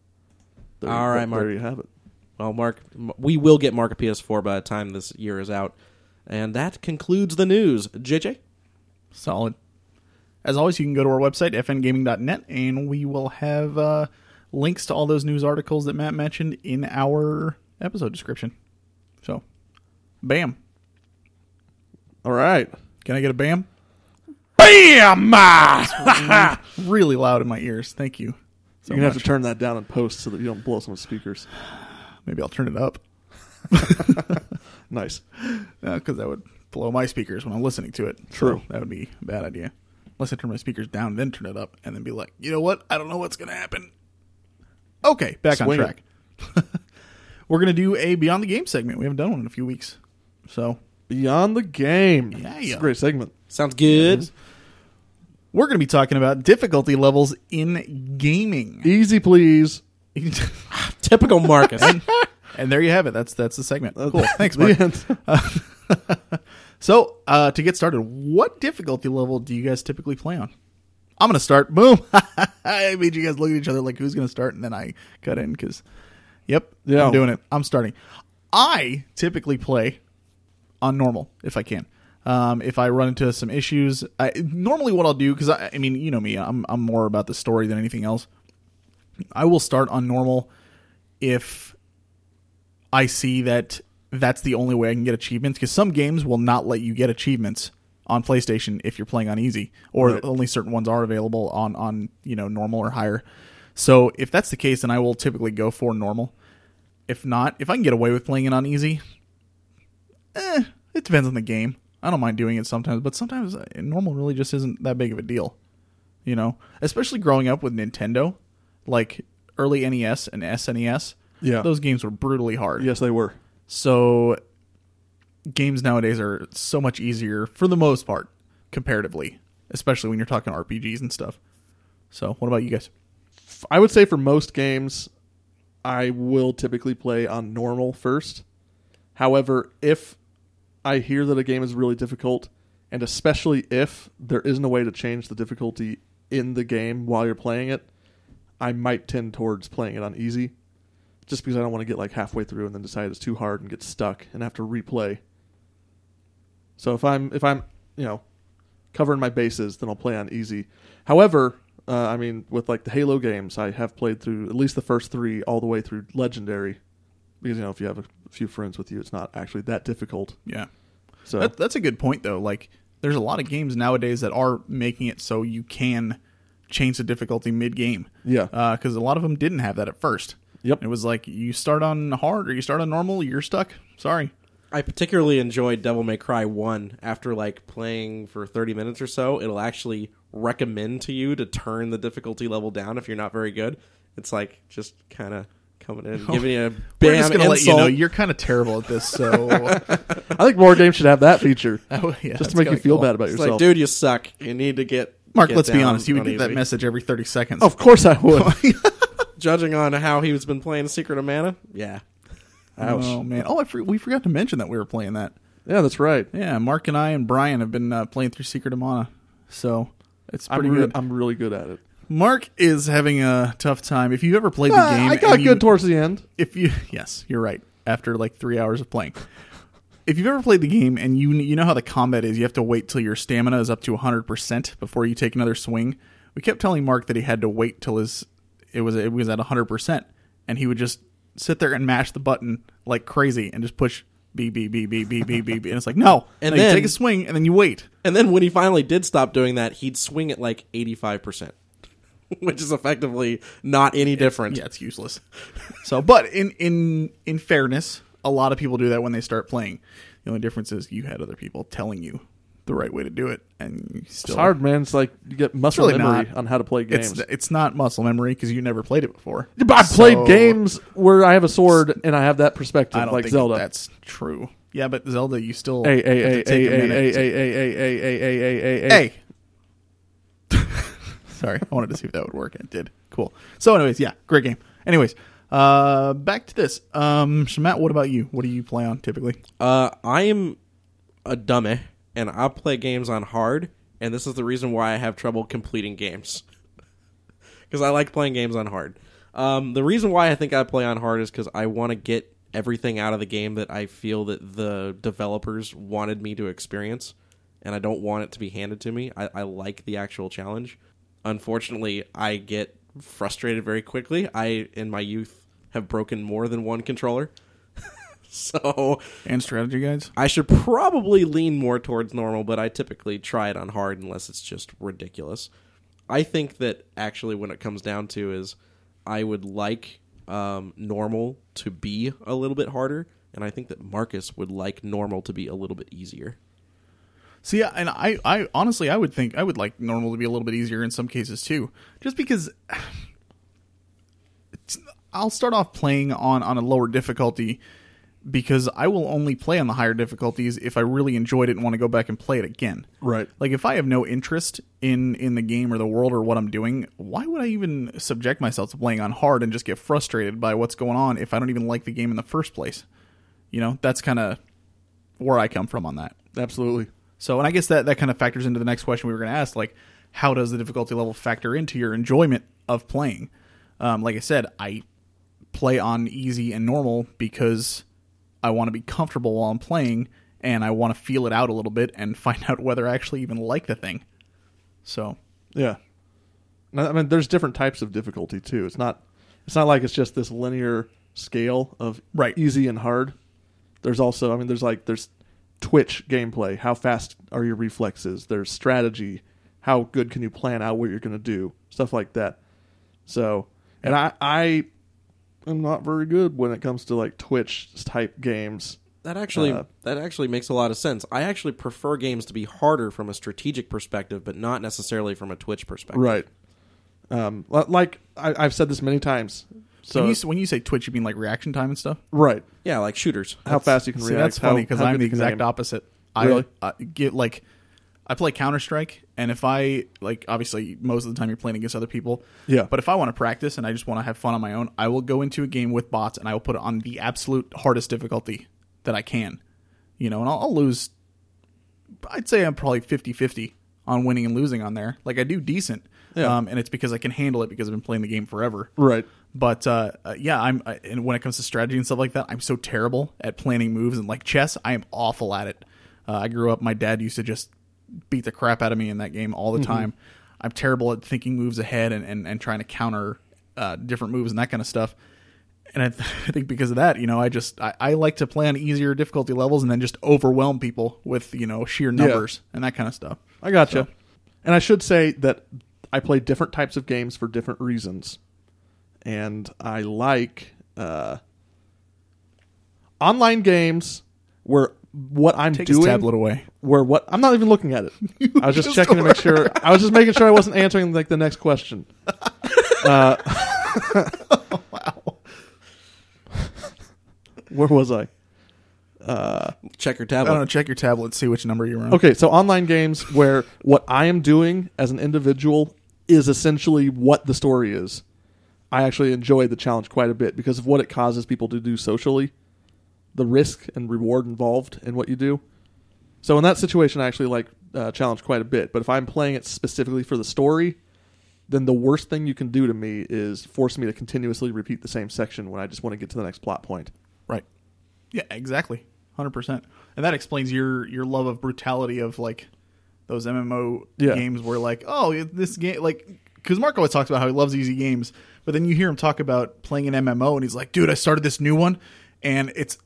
Speaker 2: there,
Speaker 3: All right,
Speaker 2: there
Speaker 3: Mark.
Speaker 2: you have it.
Speaker 3: Well, Mark, m- we will get Mark a PS4 by the time this year is out. And that concludes the news. JJ?
Speaker 1: Solid. As always, you can go to our website, fngaming.net, and we will have uh, links to all those news articles that Matt mentioned in our episode description. So, bam.
Speaker 2: All right.
Speaker 1: Can I get a bam? <laughs>
Speaker 2: Bam! You're
Speaker 1: really loud in my ears. Thank you. So
Speaker 2: going to have to
Speaker 1: much.
Speaker 2: turn that down in post so that you don't blow some speakers.
Speaker 1: Maybe I'll turn it up
Speaker 2: Nice.
Speaker 1: because Uh, that would blow my speakers when I'm listening to it.
Speaker 2: True.
Speaker 1: So that would be a bad idea. Unless I turn my speakers down, then turn it up, and then be like, you know what? I don't know what's going to happen. Okay, back
Speaker 2: Swing it.
Speaker 1: on track. <laughs> We're going to do a Beyond the Game segment. We haven't done one in a few weeks. So
Speaker 2: Beyond the Game.
Speaker 1: Yeah,
Speaker 2: It's
Speaker 1: yeah.
Speaker 2: a great segment.
Speaker 3: Sounds good.
Speaker 1: we're going to be talking about difficulty levels in gaming. <laughs>
Speaker 2: Easy, please.
Speaker 3: <laughs> Typical Marcus.
Speaker 1: and there you have it. That's that's the segment.
Speaker 2: <laughs>
Speaker 1: Cool.
Speaker 2: Okay.
Speaker 1: Thanks,
Speaker 2: The
Speaker 1: Mark.
Speaker 2: end.
Speaker 1: So, uh, to get started, what difficulty level do you guys typically play on? I'm going to start. Boom. <laughs> I made you guys look at each other like, who's going to start? And then I cut in because, yep,
Speaker 2: Yeah.
Speaker 1: I'm doing it. I'm starting. I typically play on normal if I can. Um, if I run into some issues, I, normally what I'll do, because I, I mean, you know me, I'm, I'm more about the story than anything else. I will start on normal if I see that that's the only way I can get achievements because some games will not let you get achievements on PlayStation if you're playing on easy, or
Speaker 2: Right.
Speaker 1: only certain ones are available on on you know normal or higher. So if that's the case, then I will typically go for normal. If not, if I can get away with playing it on easy, eh, it depends on the game. I don't mind doing it sometimes, but sometimes uh, normal really just isn't that big of a deal, you know. Especially growing up with Nintendo, like early NES and SNES.
Speaker 2: Yeah.
Speaker 1: those games were brutally hard.
Speaker 2: Yes, they were.
Speaker 1: So games nowadays are so much easier for the most part, comparatively, especially when you're talking RPGs and stuff. So, what about you guys?
Speaker 2: F- I would say for most games, I will typically play on normal first. However, if I hear that a game is really difficult, and especially if there isn't a way to change the difficulty in the game while you're playing it, I might tend towards playing it on easy. Just because I don't want to get like halfway through and then decide it's too hard and get stuck and have to replay. So if I'm if I'm you know covering my bases, then I'll play on easy. However, uh, I mean, with like the Halo games, I have played through at least the first three all the way through Legendary, because you know if you have a few friends with you, it's not actually that difficult.
Speaker 1: Yeah.
Speaker 2: So
Speaker 1: That, that's a good point though. Like there's a lot of games nowadays that are making it so you can change the difficulty mid-game.
Speaker 2: yeah,
Speaker 1: because a lot of them didn't have that at first. <laughs>
Speaker 2: Yep.
Speaker 1: It was like you start on hard or you start on normal, you're stuck. Sorry.
Speaker 3: I particularly enjoyed Devil May Cry 1 after like playing for 30 minutes or so. It'll actually recommend to you to turn the difficulty level down if you're not very good. It's like just kind of coming
Speaker 1: <laughs>
Speaker 3: in and giving you a
Speaker 1: We're
Speaker 3: bam
Speaker 1: just gonna
Speaker 3: insult.
Speaker 1: let you know you're kind of terrible at this,
Speaker 2: <laughs>
Speaker 1: so <laughs>
Speaker 2: I think more games should have that feature, just to make you feel
Speaker 1: bad
Speaker 2: bad about
Speaker 3: it's
Speaker 2: yourself.
Speaker 3: like, dude, you suck. You need to get
Speaker 1: Mark,
Speaker 3: get
Speaker 1: let's be
Speaker 3: down
Speaker 1: honest. You would
Speaker 3: on
Speaker 1: get that
Speaker 3: easy.
Speaker 1: message every 30 seconds. <laughs>
Speaker 2: of course I would.
Speaker 3: Judging on how he's been playing Secret of Mana, yeah,
Speaker 2: Ouch.
Speaker 1: Oh, man. Oh, I for- we forgot to mention that we were playing that.
Speaker 2: Yeah, that's right.
Speaker 1: Yeah, Mark and I and Brian have been uh, playing through Secret of Mana. So it's
Speaker 2: I'm
Speaker 1: pretty
Speaker 2: re-
Speaker 1: good.
Speaker 2: I'm really good at it.
Speaker 1: Mark is having a tough time. If you ever played the
Speaker 2: Ah,
Speaker 1: game,
Speaker 2: I got
Speaker 1: and you-
Speaker 2: good towards the end.
Speaker 1: if you <laughs> yes, you're right. After like three hours of playing, if you've ever played the game and you you know how the combat is, you have to wait till your stamina is up to 100 percent before you take another swing. We kept telling Mark that he had to wait till his it was it was at 100 percent, and he would just sit there and mash the button like crazy and just push B B B B B B B B, and it's like no,
Speaker 3: And
Speaker 1: No, you
Speaker 3: then-
Speaker 1: take a swing and then you wait.
Speaker 3: And then when he finally did stop doing that, he'd swing at like 85%, <laughs> which is effectively not any different.
Speaker 1: Yeah, it's useless. <laughs> so, but in in in fairness, a lot of people do that when they start playing. The only difference is you had other people telling you the right way to do it, and you still
Speaker 2: It's hard, man. It's like you get muscle
Speaker 1: really
Speaker 2: memory
Speaker 1: not.
Speaker 2: on how to play games.
Speaker 1: It's it's not muscle memory because you never played it before.
Speaker 2: But I've played
Speaker 1: So,
Speaker 2: games where I have a sword and I have that perspective,
Speaker 1: I don't
Speaker 2: like
Speaker 1: think
Speaker 2: Zelda.
Speaker 1: that's true. Yeah, but Zelda, you still
Speaker 2: Hey, hey,
Speaker 1: have to
Speaker 2: hey,
Speaker 1: take
Speaker 2: hey,
Speaker 1: a
Speaker 2: hey,
Speaker 1: minute
Speaker 2: hey,
Speaker 1: to-
Speaker 2: hey, hey, hey, hey, hey, hey, hey, hey,
Speaker 1: hey. <laughs> Sorry, I wanted to see if that would work. It did. Cool. So, anyways, yeah, great game. Anyways, uh, back to this. Um, Shamat, what about you? What do you play on typically?
Speaker 3: Uh, I am a dummy, and I play games on hard, and this is the reason why I have trouble completing games. <laughs> Because I like playing games on hard. Um, the reason why I think I play on hard is because I want to get everything out of the game that I feel that the developers wanted me to experience, and I don't want it to be handed to me. I, I like the actual challenge. Unfortunately, I get frustrated very quickly. I, in my youth, have broken more than one controller. <laughs> so
Speaker 1: And strategy guides.
Speaker 3: I should probably lean more towards normal, but I typically try it on hard unless it's just ridiculous. I think that actually, when it comes down to, is I would like um, normal to be a little bit harder, and I think that Marcus would like normal to be a little bit easier.
Speaker 1: See, yeah, and I, I honestly, I would think I would like normal to be a little bit easier in some cases too, just because <sighs> it's- I'll start off playing on on a lower difficulty because I will only play on the higher difficulties if I really enjoyed it and want to go back and play it again.
Speaker 2: Right.
Speaker 1: Like if I have no interest in in the game or the world or what I'm doing, why would I even subject myself to playing on hard and just get frustrated by what's going on if I don't even like the game in the first place? You know, that's kind of where I come from on that.
Speaker 2: Absolutely.
Speaker 1: So, and I guess that that kind of factors into the next question we were going to ask, like how does the difficulty level factor into your enjoyment of playing? Um, like I said, I play on easy and normal because I want to be comfortable while I'm playing, and I want to feel it out a little bit and <laughs> find out whether I actually even like the thing. So,
Speaker 2: Yeah. And I I mean, there's different types of difficulty too. It's not. It's not like it's just this linear scale of
Speaker 1: Right.
Speaker 2: easy and hard. There's also, I mean, there's like there's Twitch gameplay. How fast are your reflexes? There's strategy. How good can you plan out what you're going to do? Stuff like that. So, and I, I am not very good when it comes to like Twitch type games.
Speaker 3: That actually
Speaker 2: Uh,
Speaker 3: that actually makes a lot of sense. I actually prefer games to be harder from a strategic perspective, but not necessarily from a Twitch perspective.
Speaker 2: Right. Um, li- like I, I've said this many times. So,
Speaker 1: when, you, s- when you say Twitch, you mean like reaction time and stuff?
Speaker 2: right.
Speaker 3: Yeah, like shooters.
Speaker 2: How fast you can
Speaker 1: See,
Speaker 2: react.
Speaker 1: that's funny
Speaker 2: how-
Speaker 1: because
Speaker 2: how
Speaker 1: I'm
Speaker 2: good
Speaker 1: the exact
Speaker 2: game-
Speaker 1: opposite.
Speaker 2: Really?
Speaker 1: I, I get like, I play Counter Strike, and if I like, obviously most of the time you're playing against other people.
Speaker 2: Yeah.
Speaker 1: But if I want to practice and I just want to have fun on my own, I will go into a game with bots and I will put it on the absolute hardest difficulty that I can. You know, and I'll, I'll lose. I'd say I'm probably 50-50 on winning and losing on there. Like I do decent.
Speaker 2: Yeah.
Speaker 1: Um, and it's because I can handle it because I've been playing the game forever.
Speaker 2: Right.
Speaker 1: But uh, uh, yeah, I'm I, and when it comes to strategy and stuff like that, I'm so terrible at planning moves and like chess. I am awful at it. Uh, I grew up. My dad used to just beat the crap out of me in that game all the time. I'm terrible at thinking moves ahead and and, and trying to counter uh, different moves and that kind of stuff. And I, <laughs> th- I think because of that, you know, I just I, I like to play on easier difficulty levels and then just overwhelm people with you know sheer numbers and that kind of stuff.
Speaker 2: I gotcha. And I should say that I play different types of games for different reasons. And I like uh, online games where what I'm
Speaker 1: Take his
Speaker 2: doing
Speaker 1: tablet away.
Speaker 2: where what I'm not even looking
Speaker 1: <laughs>
Speaker 2: at it. I was just,
Speaker 1: just
Speaker 2: checking to make sure I was just making sure I wasn't answering like the
Speaker 1: <laughs>
Speaker 2: next question. Uh, <laughs>
Speaker 1: Oh,
Speaker 2: Where was I?
Speaker 3: Check your
Speaker 1: I don't know.
Speaker 3: tablet.
Speaker 1: Check your tablet. and See which number you're on.
Speaker 2: Okay, so online games where what I am doing as an individual is essentially what the story is. I actually enjoy the challenge quite a bit because of what it causes people to do socially, the risk and reward involved in what you do. So in that situation, I actually like uh, challenge quite a bit. But if I'm playing it specifically for the story, then the worst thing you can do to me is force me to continuously repeat the same section when I just want to get to the next plot point.
Speaker 1: Right. Yeah, exactly. 100%. And that explains your your love of brutality of like those MMO
Speaker 2: Yeah.
Speaker 1: games where like, oh, this game like cuz Marco always talks about how he loves easy games, but then you hear him talk about playing an MMO and he's like, "Dude, I started this new one and it's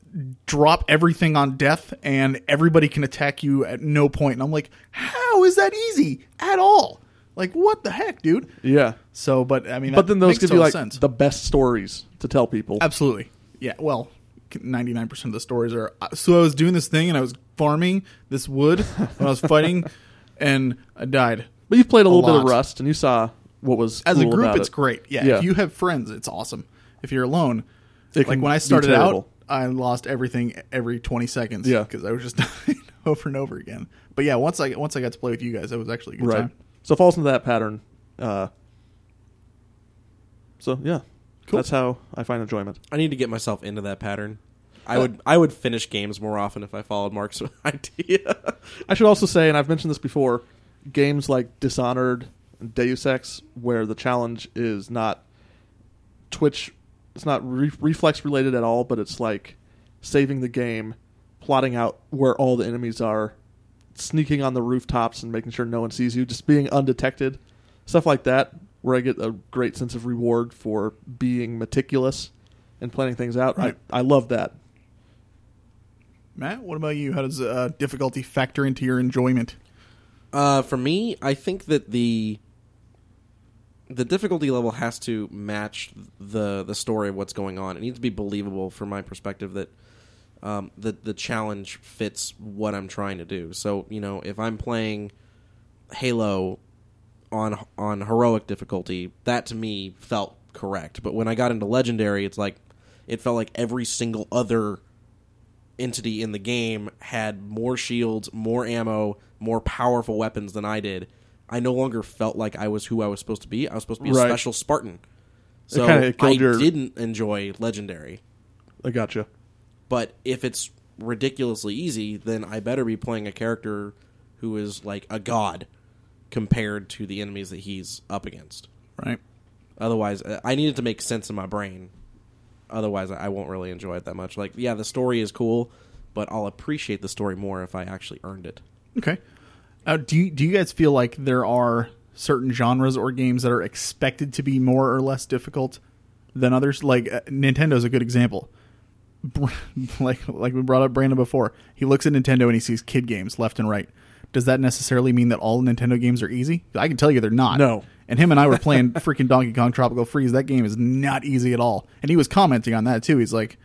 Speaker 1: drop everything on death and everybody can attack you at no point." And I'm like, "How is that easy at all?" Like, what the heck, dude?
Speaker 2: Yeah,
Speaker 1: So, but I mean,
Speaker 2: but
Speaker 1: that
Speaker 2: then those
Speaker 1: makes
Speaker 2: give you
Speaker 1: total
Speaker 2: like
Speaker 1: sense.
Speaker 2: the best stories to tell people.
Speaker 1: Absolutely. Yeah. Well, 99% of the stories are so I was doing this thing and I was farming this wood when I was
Speaker 2: <laughs>
Speaker 1: fighting and I died.
Speaker 2: But you've played a, little bit of
Speaker 1: lot.
Speaker 2: Rust, and you saw what was
Speaker 1: As
Speaker 2: cool
Speaker 1: a group,
Speaker 2: about
Speaker 1: it's
Speaker 2: it.
Speaker 1: great. Yeah,
Speaker 2: Yeah.
Speaker 1: If you have friends, it's awesome. If you're alone,
Speaker 2: It
Speaker 1: like
Speaker 2: can
Speaker 1: when I
Speaker 2: be
Speaker 1: started
Speaker 2: terrible.
Speaker 1: out, I lost everything every 20 seconds.
Speaker 2: Yeah.
Speaker 1: Because I was just <laughs> dying over and over again. But yeah, once I once I got to play with you guys, that was actually a good
Speaker 2: right?
Speaker 1: time.
Speaker 2: So it falls into that pattern. Uh, so yeah,
Speaker 1: Cool.
Speaker 2: that's how I find enjoyment.
Speaker 3: I need to get myself into that pattern. I would I would finish games more often if I followed Mark's <laughs> idea.
Speaker 2: I should also say, and I've mentioned this before, games like Dishonored and Deus Ex, where the challenge is not Twitch, it's not re- reflex related at all, but it's like saving the game, plotting out where all the enemies are, sneaking on the rooftops and making sure no one sees you, just being undetected, stuff like that, where I get a great sense of reward for being meticulous and planning things out.
Speaker 1: Right.
Speaker 2: I, I love that.
Speaker 1: Matt, what about you? How does uh, difficulty factor into your enjoyment?
Speaker 3: Uh, for me, I think that the the difficulty level has to match the the story of what's going on. It needs to be believable from my perspective that um, the the challenge fits what I'm trying to do. So you know, if I'm playing Halo on on heroic difficulty, that to me felt correct. But when I got into legendary, it's like it felt like every single other entity in the game had more shields, more ammo, more powerful weapons than I did. I no longer felt like I was who I was supposed to be. I was supposed to be
Speaker 2: Right.
Speaker 3: a special Spartan. So
Speaker 2: kinda killed
Speaker 3: I
Speaker 2: your-
Speaker 3: didn't enjoy legendary.
Speaker 2: I gotcha.
Speaker 3: But if it's ridiculously easy, then I better be playing a character who is like a god compared to the enemies that he's up against.
Speaker 1: Right.
Speaker 3: Otherwise, uh, I need it to make sense in my brain. Otherwise, I I won't really enjoy it that much. Like, yeah, the story is cool, but I'll appreciate the story more if I actually earned it.
Speaker 1: Okay. Uh, do you, do you guys feel like there are certain genres or games that are expected to be more or less difficult than others? Like uh, Nintendo's a good example. <laughs> Br- like like we brought up Brandon before, he looks at Nintendo and he sees kid games left and right. Does that necessarily mean that all Nintendo games are easy? I can tell you they're not.
Speaker 2: No.
Speaker 1: And him and I were playing freaking Donkey Kong Tropical Freeze. That game is not easy at all. And he was commenting on that too. He's like,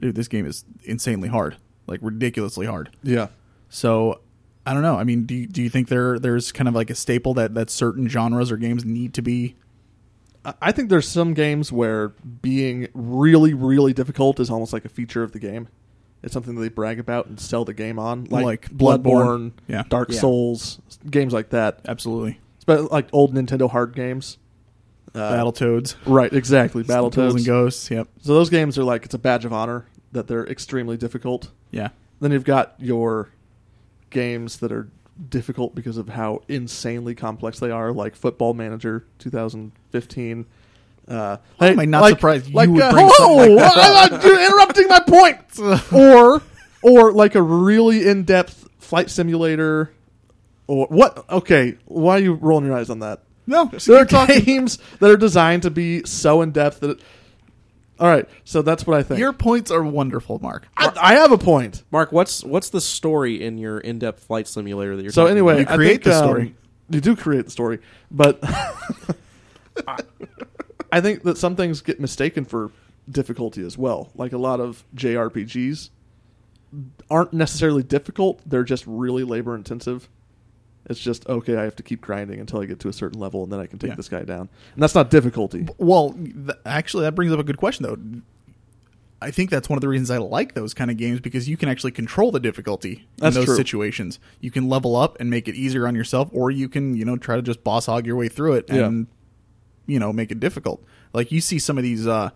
Speaker 1: "Dude, this game is insanely hard, like ridiculously hard."
Speaker 2: Yeah.
Speaker 1: So I don't know. I mean, do you, do you think there there's kind of like a staple that that certain genres or games need to be?
Speaker 2: I- I think there's some games where being really, really difficult is almost like a feature of the game. It's something that they brag about and sell the game on, like,
Speaker 1: Like Bloodborne.
Speaker 2: Bloodborne,
Speaker 1: Yeah.
Speaker 2: Dark
Speaker 3: Yeah.
Speaker 2: Souls, games like that.
Speaker 1: Absolutely.
Speaker 2: But like old Nintendo hard games.
Speaker 1: Battletoads,
Speaker 2: Right, exactly.
Speaker 1: Tools and
Speaker 2: Battletoads.
Speaker 1: Ghosts. Yep.
Speaker 2: So those games are like it's a badge of honor that they're extremely difficult.
Speaker 1: Yeah.
Speaker 2: Then you've got your games that are difficult because of how insanely complex they are, like Football Manager 2015. Uh,
Speaker 1: Why am I not surprised you would bring something
Speaker 2: oh, <laughs>
Speaker 1: like
Speaker 2: you're interrupting
Speaker 1: <laughs>
Speaker 2: my point. or, or like a really in-depth flight simulator, or what? Okay, why are you rolling your eyes on that?
Speaker 1: No.
Speaker 2: there
Speaker 1: <laughs>
Speaker 2: are games that are designed to be so in depth that. It, all right, so that's what I think.
Speaker 1: Your points are wonderful, Mark.
Speaker 2: I, I have a point.
Speaker 3: Mark, what's what's the story in your in-depth flight simulator that you're?
Speaker 2: So
Speaker 3: talking
Speaker 2: anyway,
Speaker 1: You
Speaker 2: I
Speaker 1: create
Speaker 2: think,
Speaker 1: the
Speaker 2: um,
Speaker 1: story.
Speaker 2: you do create the story, but <laughs> I- I think that some things get mistaken for difficulty as well. Like a lot of JRPGs aren't necessarily difficult; they're just really labor intensive. It's just okay. I have to keep grinding until I get to a certain level, and then I can take
Speaker 1: Yeah.
Speaker 2: this guy down. And that's not difficulty.
Speaker 1: Well, th- actually, that brings up a good question, though. I think that's one of the reasons I like those kind of games because you can actually control the difficulty
Speaker 2: That's
Speaker 1: in those
Speaker 2: true.
Speaker 1: situations. You can level up and make it easier on yourself, or you can, you know, try to just boss hog your way through it and, you know, make it difficult. Like you see some of these. Uh,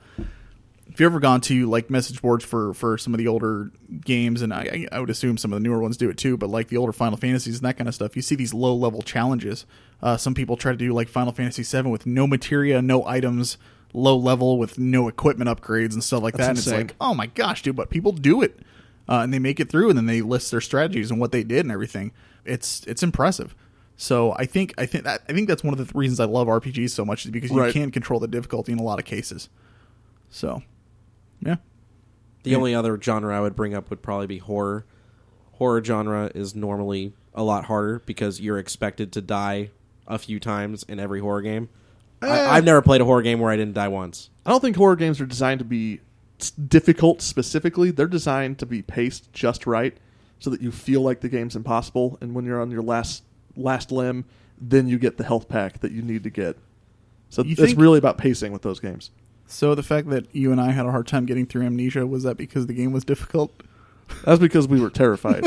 Speaker 1: if you've ever gone to like message boards for for some of the older games, and I, I would assume some of the newer ones do it too, but like the older Final Fantasies and that kind of stuff, you see these low level challenges. Uh, some people try to do like Final Fantasy VII with no materia, no items, low level with no equipment upgrades and stuff like that. And
Speaker 2: insane.
Speaker 1: it's like, oh my gosh, dude! But people do it, uh, and they make it through, and then they list their strategies and what they did and everything. It's it's impressive. So I think I think that, I think that's one of the th- reasons I love RPGs so much is because you
Speaker 2: Right.
Speaker 1: can control the difficulty in a lot of cases. So, yeah,
Speaker 3: The only other genre I would bring up would probably be horror. Horror genre is normally a lot harder because you're expected to die a few times in every horror game.
Speaker 1: Eh.
Speaker 3: I, I've never played a horror game where I didn't die once.
Speaker 2: I don't think horror games are designed to be s- difficult specifically. They're designed to be paced just right so that you feel like the game's impossible and when you're on your last last limb, then you get the health pack that you need to get. So
Speaker 1: You
Speaker 2: it's
Speaker 1: think-
Speaker 2: really about pacing with those games.
Speaker 1: So the fact that you and I had a hard time getting through Amnesia was that because the game was difficult? <laughs>
Speaker 2: That's because we were terrified.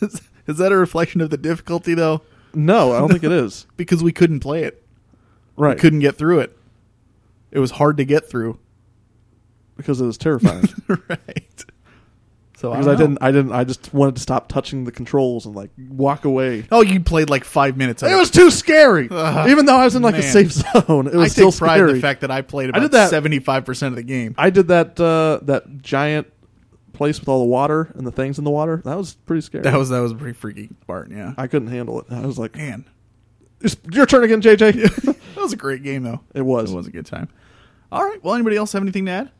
Speaker 1: is, is that a reflection of the difficulty though?
Speaker 2: no, I don't think
Speaker 1: <laughs>
Speaker 2: it is.
Speaker 1: Because we couldn't play it,
Speaker 2: Right.
Speaker 1: couldn't get through it. It was hard to get through.
Speaker 2: because it was terrifying.
Speaker 1: <laughs> right. So
Speaker 2: because
Speaker 1: I,
Speaker 2: I,
Speaker 1: don't know.
Speaker 2: didn't I didn't I just wanted to stop touching the controls and like
Speaker 1: <laughs>
Speaker 2: walk away.
Speaker 1: Oh, you played like five minutes. Of
Speaker 2: It was
Speaker 1: <laughs>
Speaker 2: too scary.
Speaker 1: Ugh,
Speaker 2: Even though I was in like a
Speaker 1: man.
Speaker 2: safe <laughs> zone, it was
Speaker 1: I
Speaker 2: still
Speaker 1: take pride
Speaker 2: scary.
Speaker 1: in the fact that I played
Speaker 2: I did
Speaker 1: about
Speaker 2: that-
Speaker 1: seventy five percent of the game.
Speaker 2: I did that uh, that giant place with all the water and the things in the water. That was pretty scary.
Speaker 1: That was that was a pretty freaky part. Yeah,
Speaker 2: I couldn't handle it. I was like,
Speaker 1: man,
Speaker 2: "It's your turn again, <laughs> JJ."
Speaker 1: that was a great game though.
Speaker 2: it was.
Speaker 1: It was a good time. All right. Well, anybody else have anything to add?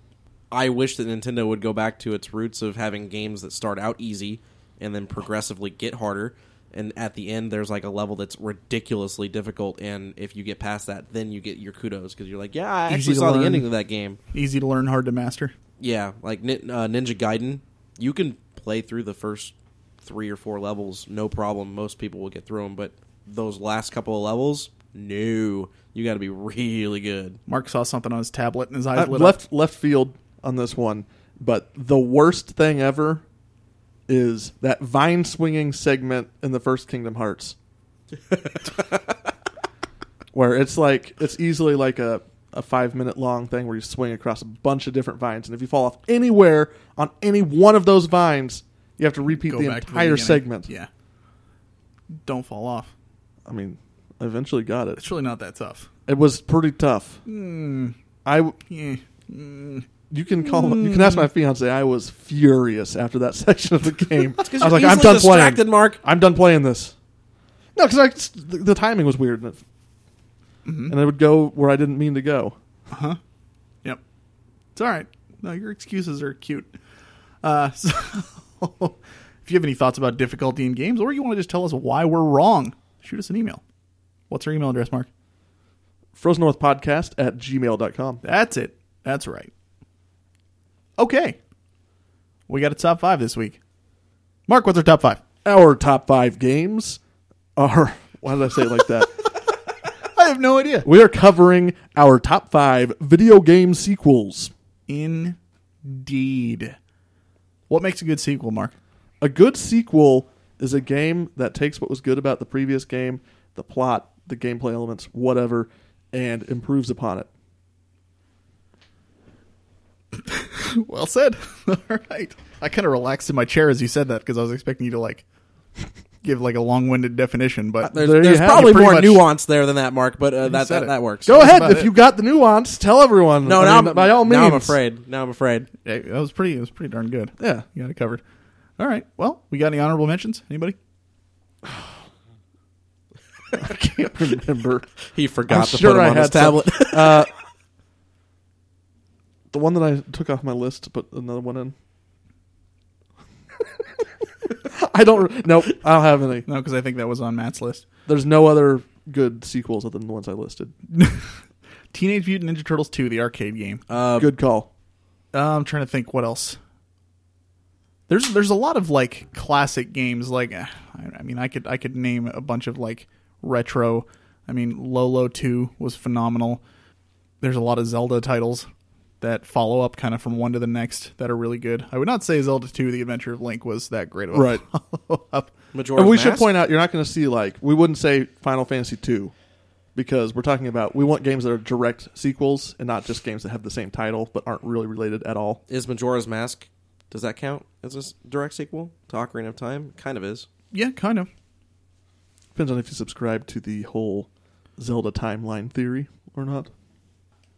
Speaker 3: I wish that Nintendo would go back to its roots of having games that start out easy and then progressively get harder. And at the end, there's like a level that's ridiculously difficult. And if you get past that, then you get your kudos because you're like, yeah, I
Speaker 1: Easy
Speaker 3: actually
Speaker 1: to
Speaker 3: saw the
Speaker 1: learn.
Speaker 3: ending of that game.
Speaker 1: Easy to learn, hard to master.
Speaker 3: Yeah, like nin- uh, Ninja Gaiden, you can play through the first three or four levels, no problem. Most people will get through them, but those last couple of levels, no, you got to be really good.
Speaker 1: Mark saw something on his tablet and his
Speaker 2: I
Speaker 1: eyes lit up.
Speaker 2: left left field on this one, but the worst thing ever is that vine swinging segment in the first Kingdom
Speaker 1: <laughs>
Speaker 2: Hearts, where it's like it's easily like a. A five minute long thing where you swing across a bunch of different vines, and if you fall off anywhere on any one of those vines, you have to repeat the
Speaker 1: to
Speaker 2: entire
Speaker 1: beginning.
Speaker 2: segment.
Speaker 1: Yeah. Don't fall off.
Speaker 2: I mean, I eventually got it.
Speaker 1: It's really not that tough.
Speaker 2: It was pretty tough.
Speaker 1: Hmm.
Speaker 2: I w-
Speaker 1: Yeah. Mm.
Speaker 2: you can call you can ask
Speaker 3: Hmm.
Speaker 2: my fiance. I was furious after that <laughs> section of the game. I was
Speaker 3: you're
Speaker 2: like, I'm
Speaker 3: easily
Speaker 2: done
Speaker 3: distracted,
Speaker 2: playing.
Speaker 3: Mark."
Speaker 2: I'm done playing this. No, because the, the timing was weird, and, it,
Speaker 3: Mm-hmm.
Speaker 2: and I would go where I didn't mean to go.
Speaker 1: Yep. It's all right. No, your excuses are cute. Uh, <laughs> so, if you have any thoughts about difficulty in games, or you want to just tell us why we're wrong, shoot us an email. What's our email address, Mark?
Speaker 2: Frozen North Podcast at gmail.com.
Speaker 1: That's it. That's right. Okay. We got a top five this week. Mark, what's our top five?
Speaker 2: Our top five games are. Why did I say it like
Speaker 3: <laughs>
Speaker 2: that?
Speaker 1: I have no idea.
Speaker 2: we are covering our top five video game sequels.
Speaker 1: Indeed. What makes a good sequel, Mark?
Speaker 2: A good sequel is a game that takes what was good about the previous game, the plot, the gameplay elements, whatever, and improves upon it.
Speaker 1: Well said. <laughs> All right. I kind of relaxed in my chair as you said that because I was expecting you to like give like a long-winded definition, but
Speaker 3: There's,
Speaker 2: There you
Speaker 3: there's
Speaker 2: have it.
Speaker 3: probably
Speaker 1: Pretty
Speaker 3: more
Speaker 1: much-
Speaker 3: nuance there than that, Mark. But uh, that,
Speaker 1: said
Speaker 3: that
Speaker 1: it.
Speaker 3: that works.
Speaker 2: Go ahead.
Speaker 1: about
Speaker 2: If
Speaker 1: it.
Speaker 2: you got the nuance, tell everyone.
Speaker 3: No,
Speaker 2: I
Speaker 3: now
Speaker 2: mean,
Speaker 3: I'm,
Speaker 2: by all means.
Speaker 3: now I'm afraid. Now I'm afraid.
Speaker 1: Yeah, that was pretty. It was pretty darn good.
Speaker 2: <laughs> Yeah.
Speaker 1: you got it covered. All right. Well, we got any honorable mentions? Anybody? <laughs>
Speaker 2: I can't
Speaker 3: <laughs>
Speaker 2: remember.
Speaker 3: He forgot
Speaker 2: I'm
Speaker 3: to
Speaker 2: sure
Speaker 3: put him
Speaker 2: I
Speaker 3: on
Speaker 2: had
Speaker 3: his tablet. <laughs>
Speaker 2: Uh, the one that I took off my list to put another one
Speaker 3: <laughs>
Speaker 2: in. <laughs> I don't. re- Nope. I don't have any.
Speaker 1: No, because I think that was on Matt's list.
Speaker 2: There's no other good sequels other than the ones I listed.
Speaker 1: Teenage Mutant Ninja Turtles two, the arcade game.
Speaker 3: Uh,
Speaker 2: Good call.
Speaker 1: Uh, I'm trying to think what else. There's there's a lot of like classic games. Like, eh, I, I mean, I could I could name a bunch of like retro. I mean, Lolo two was phenomenal. There's a lot of Zelda titles that follow up kind of from one to the next that are really good. I would not say Zelda two: The Adventure of Link was that great of a <laughs>
Speaker 2: Right.
Speaker 1: follow up.
Speaker 3: Majora's
Speaker 2: And we should
Speaker 3: Mask?
Speaker 2: point out you're not going to see like we wouldn't say Final Fantasy two because we're talking about we want games that are direct sequels and not just games that have the same title but aren't really related at all.
Speaker 3: is Majora's Mask. Does that count as a s- direct sequel to Ocarina of Time? Kind of is.
Speaker 1: Yeah, kind of.
Speaker 2: Depends on if you subscribe to the whole Zelda timeline theory or not.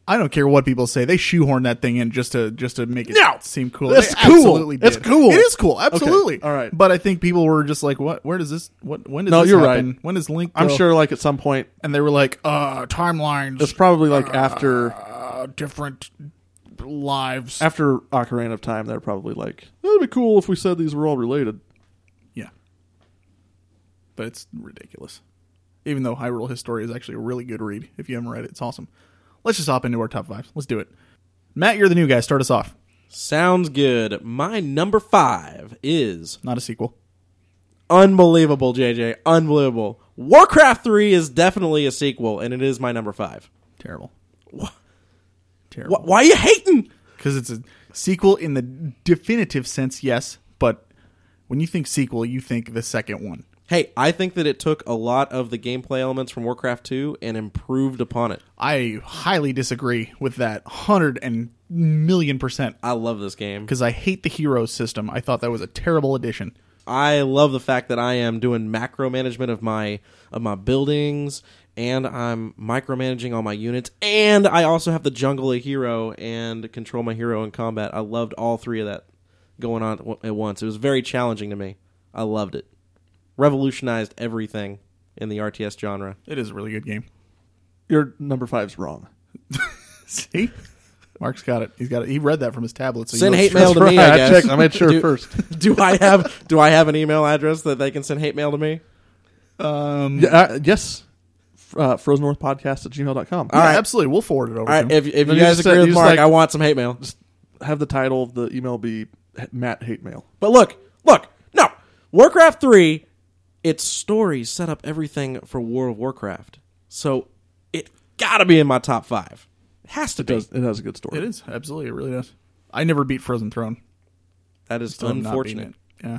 Speaker 1: I don't care what people say. They shoehorn that thing in just to just to make it
Speaker 2: No!
Speaker 1: seem cool.
Speaker 2: That's
Speaker 1: They
Speaker 2: cool.
Speaker 1: absolutely
Speaker 2: That's
Speaker 1: did.
Speaker 2: cool.
Speaker 1: It is cool. Absolutely.
Speaker 2: all right.
Speaker 1: But I think people were just like, "What? Where does this? What? When does
Speaker 2: No,
Speaker 1: this
Speaker 2: you're
Speaker 1: happen?
Speaker 2: right.
Speaker 1: When does Link?"
Speaker 2: I'm
Speaker 1: go?"
Speaker 2: sure like at some point
Speaker 1: And they were like, "Uh, timelines.
Speaker 2: it's probably like after
Speaker 1: uh, different lives."
Speaker 2: after Ocarina of Time they're probably like that'd be cool if we said these were all related.
Speaker 1: yeah. But it's ridiculous. Even though Hyrule History is actually a really good read. If you haven't read it, it's awesome. Let's just hop into our top five. Let's do it. Matt, you're the new guy. Start us off.
Speaker 3: Sounds good. My number five is
Speaker 1: Not a sequel.
Speaker 3: unbelievable, JJ. Unbelievable. Warcraft 3 is definitely a sequel, and it is my number five.
Speaker 1: Terrible.
Speaker 3: Wha-
Speaker 1: Terrible.
Speaker 3: Why, why you hating?
Speaker 1: because it's a sequel in the definitive sense, yes. But when you think sequel, you think the second one.
Speaker 3: Hey, I think that it took a lot of the gameplay elements from Warcraft 2 and improved upon it.
Speaker 1: I highly disagree with that, hundred and million percent.
Speaker 3: I love this game.
Speaker 1: Because I hate the hero system. I thought that was a terrible addition.
Speaker 3: I love the fact that I am doing macro management of my of my buildings and I'm micromanaging all my units and I also have to jungle a hero and control my hero in combat. I loved all three of that going on at- at once. It was very challenging to me. I loved it. Revolutionized everything in the RTS genre.
Speaker 1: It is a really good game.
Speaker 2: Your number five's wrong.
Speaker 1: See, Mark's got it. He's got it. He read that from his tablet. So he
Speaker 3: Send
Speaker 1: knows
Speaker 3: hate
Speaker 1: it's true.
Speaker 3: mail to me,
Speaker 2: right.
Speaker 3: I
Speaker 2: I
Speaker 3: guess.
Speaker 2: checked. I made sure
Speaker 3: Do-
Speaker 2: first.
Speaker 3: <laughs> Do I have do I have an email address that they can send hate mail to me?
Speaker 1: Um,
Speaker 2: Yeah, uh, yes. F- Uh, frozen North Podcast at gmail.com.
Speaker 1: yeah,
Speaker 3: right.
Speaker 1: absolutely. We'll forward it over.
Speaker 3: All
Speaker 1: to
Speaker 3: right,
Speaker 1: him.
Speaker 3: if, if
Speaker 2: No,
Speaker 3: you
Speaker 2: you
Speaker 3: guys
Speaker 2: just
Speaker 3: agree
Speaker 2: said-
Speaker 3: with
Speaker 2: you just
Speaker 3: Mark,
Speaker 2: like-
Speaker 3: I want some hate mail.
Speaker 2: Just have the title of the email be Matt Hate Mail.
Speaker 3: But look, look, no. Warcraft 3, its story set up everything for War of Warcraft. So it gotta be in my top five. It has to be.
Speaker 2: Does- It has a good story.
Speaker 1: it is absolutely, it really does. I never beat Frozen Throne.
Speaker 3: That is
Speaker 1: Still have not beaten
Speaker 3: unfortunate.
Speaker 1: it. Yeah,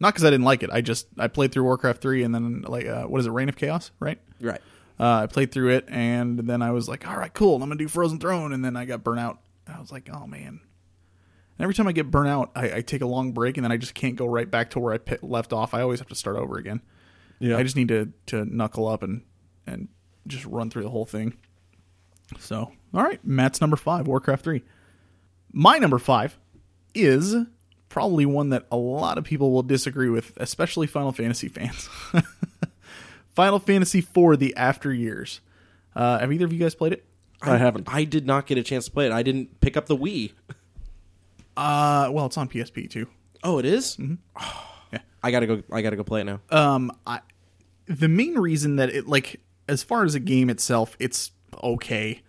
Speaker 1: not because I didn't like it. I just I played through Warcraft three and then like uh, what is it, Reign of Chaos, right?
Speaker 3: Right.
Speaker 1: Uh, I played through it and then I was like, all right, cool, I'm gonna do Frozen Throne, and then I got burnt out. I was like, oh man. And every time I get burnt out, I, I take a long break and then I just can't go right back to where I pit left off. I always have to start over again.
Speaker 2: Yeah.
Speaker 1: I just need to to knuckle up and and just run through the whole thing. So, all right, Matt's number five, Warcraft three. My number five is probably one that a lot of people will disagree with, especially Final Fantasy fans. <laughs> Final Fantasy IV: The After Years. Uh, have either of you guys played it?
Speaker 2: I haven't.
Speaker 3: I did not get a chance to play it. I didn't pick up the Wii.
Speaker 1: Uh, well, it's on PSP too.
Speaker 3: Oh, it is? <sighs>
Speaker 1: Yeah.
Speaker 3: I gotta go. I gotta go play it now.
Speaker 1: Um, I the main reason that it like as far as a game itself, it's okay.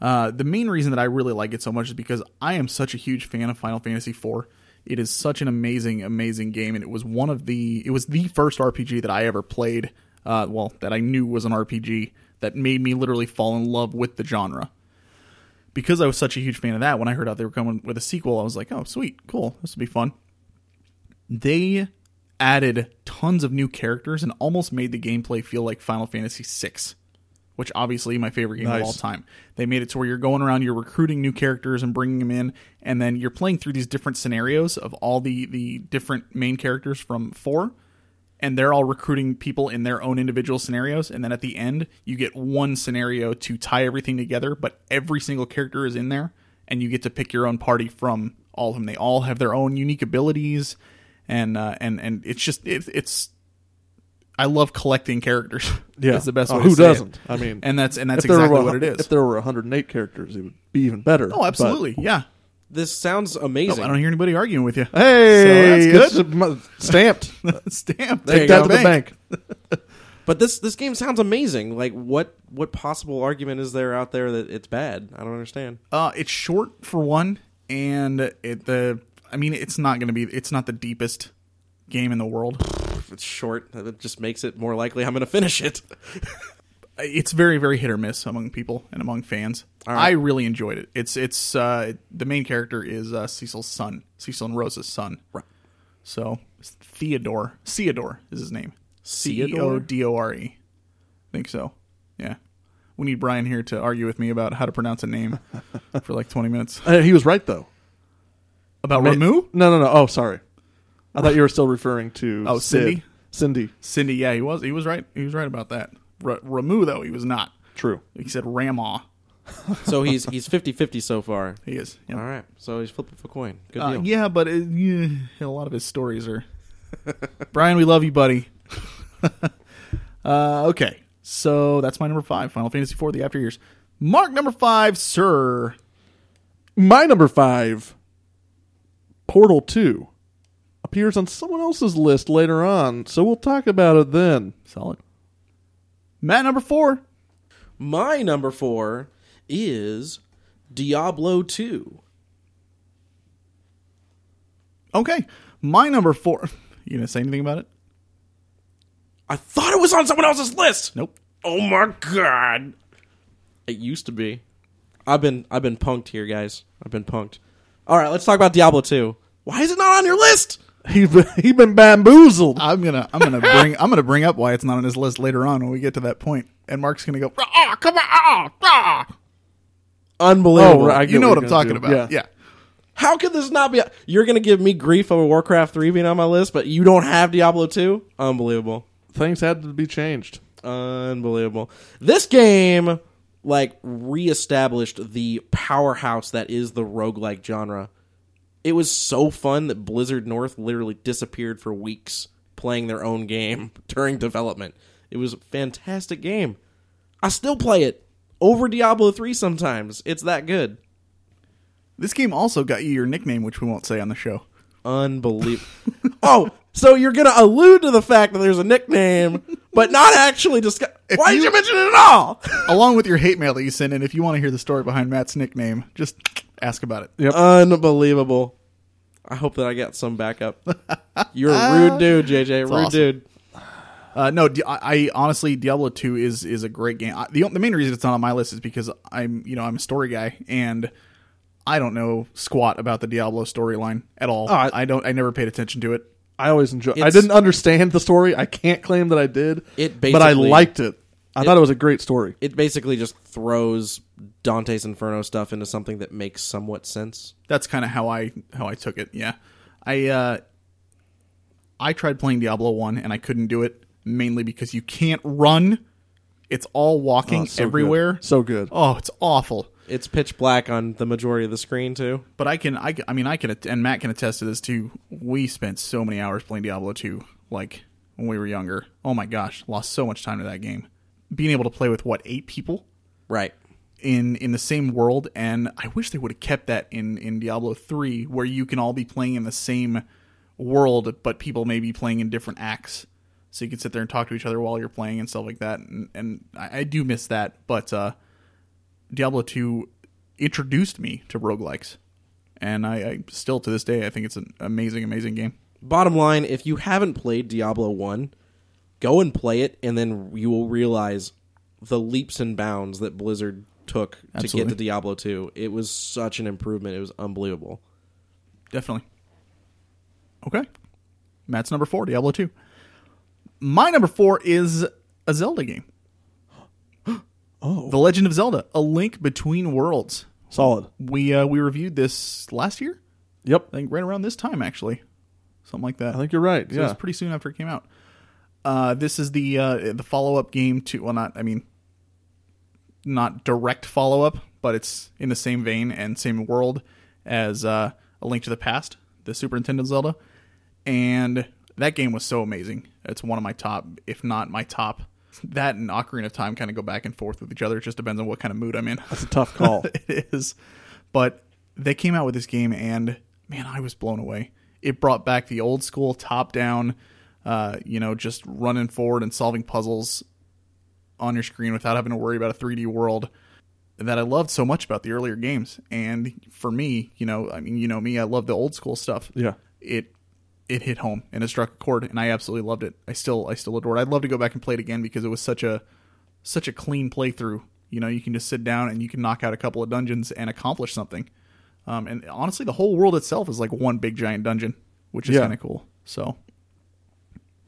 Speaker 1: Uh, the main reason that I really like it so much is because I am such a huge fan of Final Fantasy IV. It is such an amazing, amazing game, and it was one of the it was the first RPG that I ever played. Uh, well, that I knew was an RPG that made me literally fall in love with the genre. Because I was such a huge fan of that, when I heard out they were coming with a sequel, I was like, "Oh, sweet, cool, this will be fun." they added tons of new characters and almost made the gameplay feel like Final Fantasy VI, which obviously my favorite game
Speaker 2: Nice.
Speaker 1: of all time. They made it to where you're going around, you're recruiting new characters and bringing them in, and then you're playing through these different scenarios of all the the different main characters from four. And they're all recruiting people in their own individual scenarios. And then at the end, you get one scenario to tie everything together, but every single character is in there, and you get to pick your own party from all of them. They all have their own unique abilities and uh, and and it's just it, it's I love collecting characters. <laughs>
Speaker 2: Yeah,
Speaker 1: is the best
Speaker 2: Oh,
Speaker 1: way.
Speaker 2: Who
Speaker 1: to say it.
Speaker 2: doesn't? I mean,
Speaker 1: <laughs> And that's and that's
Speaker 2: if there were
Speaker 1: exactly
Speaker 2: a-
Speaker 1: what it is.
Speaker 2: If there were 108 characters, it would be even better.
Speaker 1: Oh, absolutely. Yeah.
Speaker 3: This sounds
Speaker 1: No,
Speaker 3: amazing.
Speaker 1: I don't hear anybody arguing with you.
Speaker 2: But, hey,
Speaker 1: So that's
Speaker 2: that's mo- stamped.
Speaker 1: <laughs> Stamp.
Speaker 3: There
Speaker 1: Take that
Speaker 2: That to
Speaker 3: you go.
Speaker 2: the bank.
Speaker 3: But this this game sounds amazing. Like what what possible argument is there out there that it's bad? I don't understand.
Speaker 1: Uh, it's short for one, and it the I mean it's not going to be it's not the deepest game in the world.
Speaker 3: If it's short, it just makes it more likely I'm going to finish it. <laughs>
Speaker 1: it's very very hit or miss among people and among fans.
Speaker 3: All right.
Speaker 1: I really enjoyed it. It's it's uh, the main character is uh, Cecil's son, Cecil and Rose's son.
Speaker 3: Right.
Speaker 1: So it's Theodore, Theodore is his name. C e o
Speaker 3: Theodore?
Speaker 1: d o r e. I think so. Yeah. We need Brian here to argue with me about how to pronounce a
Speaker 3: <laughs>
Speaker 1: name for like twenty minutes.
Speaker 2: Uh, he was
Speaker 1: <laughs>
Speaker 2: right though.
Speaker 1: About
Speaker 2: Ma-
Speaker 1: Ramu,
Speaker 2: No, no, no. Oh, sorry. I thought you were still referring to
Speaker 1: Oh,
Speaker 2: Sid.
Speaker 1: Cindy?
Speaker 2: Cindy.
Speaker 1: Cindy. Yeah, he was. He was right. He was right about that. R- Ramu though, he was not.
Speaker 2: True.
Speaker 1: He said Rama.
Speaker 3: So he's he's 50-50 so far.
Speaker 1: He is. Yeah.
Speaker 3: All right. So he's flipping for coin. Good
Speaker 1: Uh,
Speaker 3: deal.
Speaker 1: yeah, but it, yeah, a lot of his stories are. <laughs> Brian, we love you, buddy. <laughs> uh, okay, so that's my number five, Final Fantasy IV: The After Years. Mark number five, sir.
Speaker 2: My number five, Portal Two, appears on someone else's list later on, so we'll talk about it then.
Speaker 1: Solid. Matt number four.
Speaker 3: My number 4 is Diablo 2.
Speaker 1: Okay, my number four. <laughs> You gonna say anything about it?
Speaker 3: I thought it was on someone else's list.
Speaker 1: Nope.
Speaker 3: Oh my god. It used to be. I've been I've been punked here, guys. I've been punked. All right, let's talk about Diablo 2. Why is it not on your list?
Speaker 2: He <laughs> he been bamboozled.
Speaker 1: I'm gonna I'm
Speaker 3: <laughs>
Speaker 1: gonna bring I'm gonna bring up why it's not on his list later on when we get to that point, and Mark's gonna go. Ah, come on, ah, ah.
Speaker 3: Unbelievable.
Speaker 2: Oh, right. I get
Speaker 1: You know
Speaker 2: what
Speaker 1: what I'm
Speaker 2: you're
Speaker 1: talking
Speaker 2: gonna do.
Speaker 1: about?
Speaker 2: Yeah.
Speaker 1: yeah.
Speaker 3: How could this not be? You're gonna give me grief over Warcraft 3 being on my list, but you don't have Diablo 2. Unbelievable.
Speaker 2: Things had to be changed.
Speaker 3: Unbelievable. This game like reestablished the powerhouse that is the roguelike genre. It was so fun that Blizzard North literally disappeared for weeks playing their own game <laughs> during development. It was a fantastic game. I still play it over Diablo 3 sometimes. It's that good.
Speaker 1: This game also got you your nickname, which we won't say on the show.
Speaker 3: Unbelievable. oh, so you're going to allude to the fact that there's a nickname, but not actually discuss. Why did you mention it at all? <laughs>
Speaker 1: along with your hate mail that you send in, if you want to hear the story behind Matt's nickname, just ask about it.
Speaker 3: Unbelievable. I hope that I got
Speaker 1: <laughs>
Speaker 3: some backup. You're a rude dude, JJ. rude
Speaker 1: awesome.
Speaker 3: dude.
Speaker 1: Uh, no, Di- I, I honestly Diablo two is is a great game. I, the the main reason it's not on my list is because I'm you know I'm a story guy and I don't know squat about the Diablo storyline at all.
Speaker 2: Oh, I-
Speaker 1: I, don't. I never paid attention to it.
Speaker 2: I always enjoy. I
Speaker 3: It's-
Speaker 2: didn't understand the story. I can't claim that I did.
Speaker 3: It
Speaker 2: but I
Speaker 3: basically-
Speaker 2: liked it. I thought it was a great story.
Speaker 3: It basically just throws Dante's Inferno stuff into something that makes somewhat sense.
Speaker 1: That's kind of how I how I took it. Yeah, I uh, I tried playing Diablo one and I couldn't do it mainly because you can't run. It's all walking
Speaker 2: Oh, so good.
Speaker 1: everywhere.
Speaker 2: So good.
Speaker 1: Oh, it's awful.
Speaker 3: It's pitch black on the majority of the screen, too.
Speaker 1: But I can, I, can- I mean, I can, att- and Matt can attest to this too. We spent so many hours playing Diablo 2, like when we were younger. Oh my gosh, lost so much time to that game. Being able to play with what eight people
Speaker 3: Right.
Speaker 1: in in the same world, and I wish they would have kept that in in Diablo three, where you can all be playing in the same world, but people may be playing in different acts, so you can sit there and talk to each other while you're playing and stuff like that. And, and I, I do miss that, but uh, Diablo two introduced me to roguelikes. And I, I still to this day I think it's an amazing, amazing game.
Speaker 3: Bottom line, if you haven't played Diablo 1, go and play it, and then you will realize the leaps and bounds that Blizzard took to get
Speaker 1: Absolutely.
Speaker 3: to Diablo 2. It was such an improvement. It was unbelievable.
Speaker 1: Definitely. Okay. Matt's number four, Diablo 2. My number four is a Zelda game.
Speaker 2: <gasps> Oh.
Speaker 1: The Legend of Zelda, A Link Between Worlds.
Speaker 2: Solid.
Speaker 1: We uh, we reviewed this last year.
Speaker 2: Yep.
Speaker 1: I think right around this time, actually. Something like that.
Speaker 2: I think you're right.
Speaker 1: So it
Speaker 2: yeah.
Speaker 1: was pretty <laughs> soon after it came out. Uh, this is the uh, the follow up game to well, not I mean, not direct follow up, but it's in the same vein and same world as uh, A Link to the Past, the Super Nintendo Zelda, and that game was so amazing. It's one of my top, if not my top. <laughs> That and Ocarina of Time kind of go back and forth with each other. It just depends on what kind of mood I'm in. <laughs>
Speaker 2: It's a tough call.
Speaker 1: it is. But they came out with this game, and man, I was blown away. It brought back the old school top down, uh, you know, just running forward and solving puzzles on your screen without having to worry about a 3D world that I loved so much about the earlier games. And for me, you know, I mean, you know me, I love the old school stuff.
Speaker 2: Yeah.
Speaker 1: It it hit home and it struck a chord and I absolutely loved it. I still I still adore it. I'd love to go back and play it again because it was such a such a clean playthrough. You know, you can just sit down and you can knock out a couple of dungeons and accomplish something. Um, and honestly, the whole world itself is like one big giant dungeon, which is
Speaker 2: Yeah.
Speaker 1: kind of cool. So,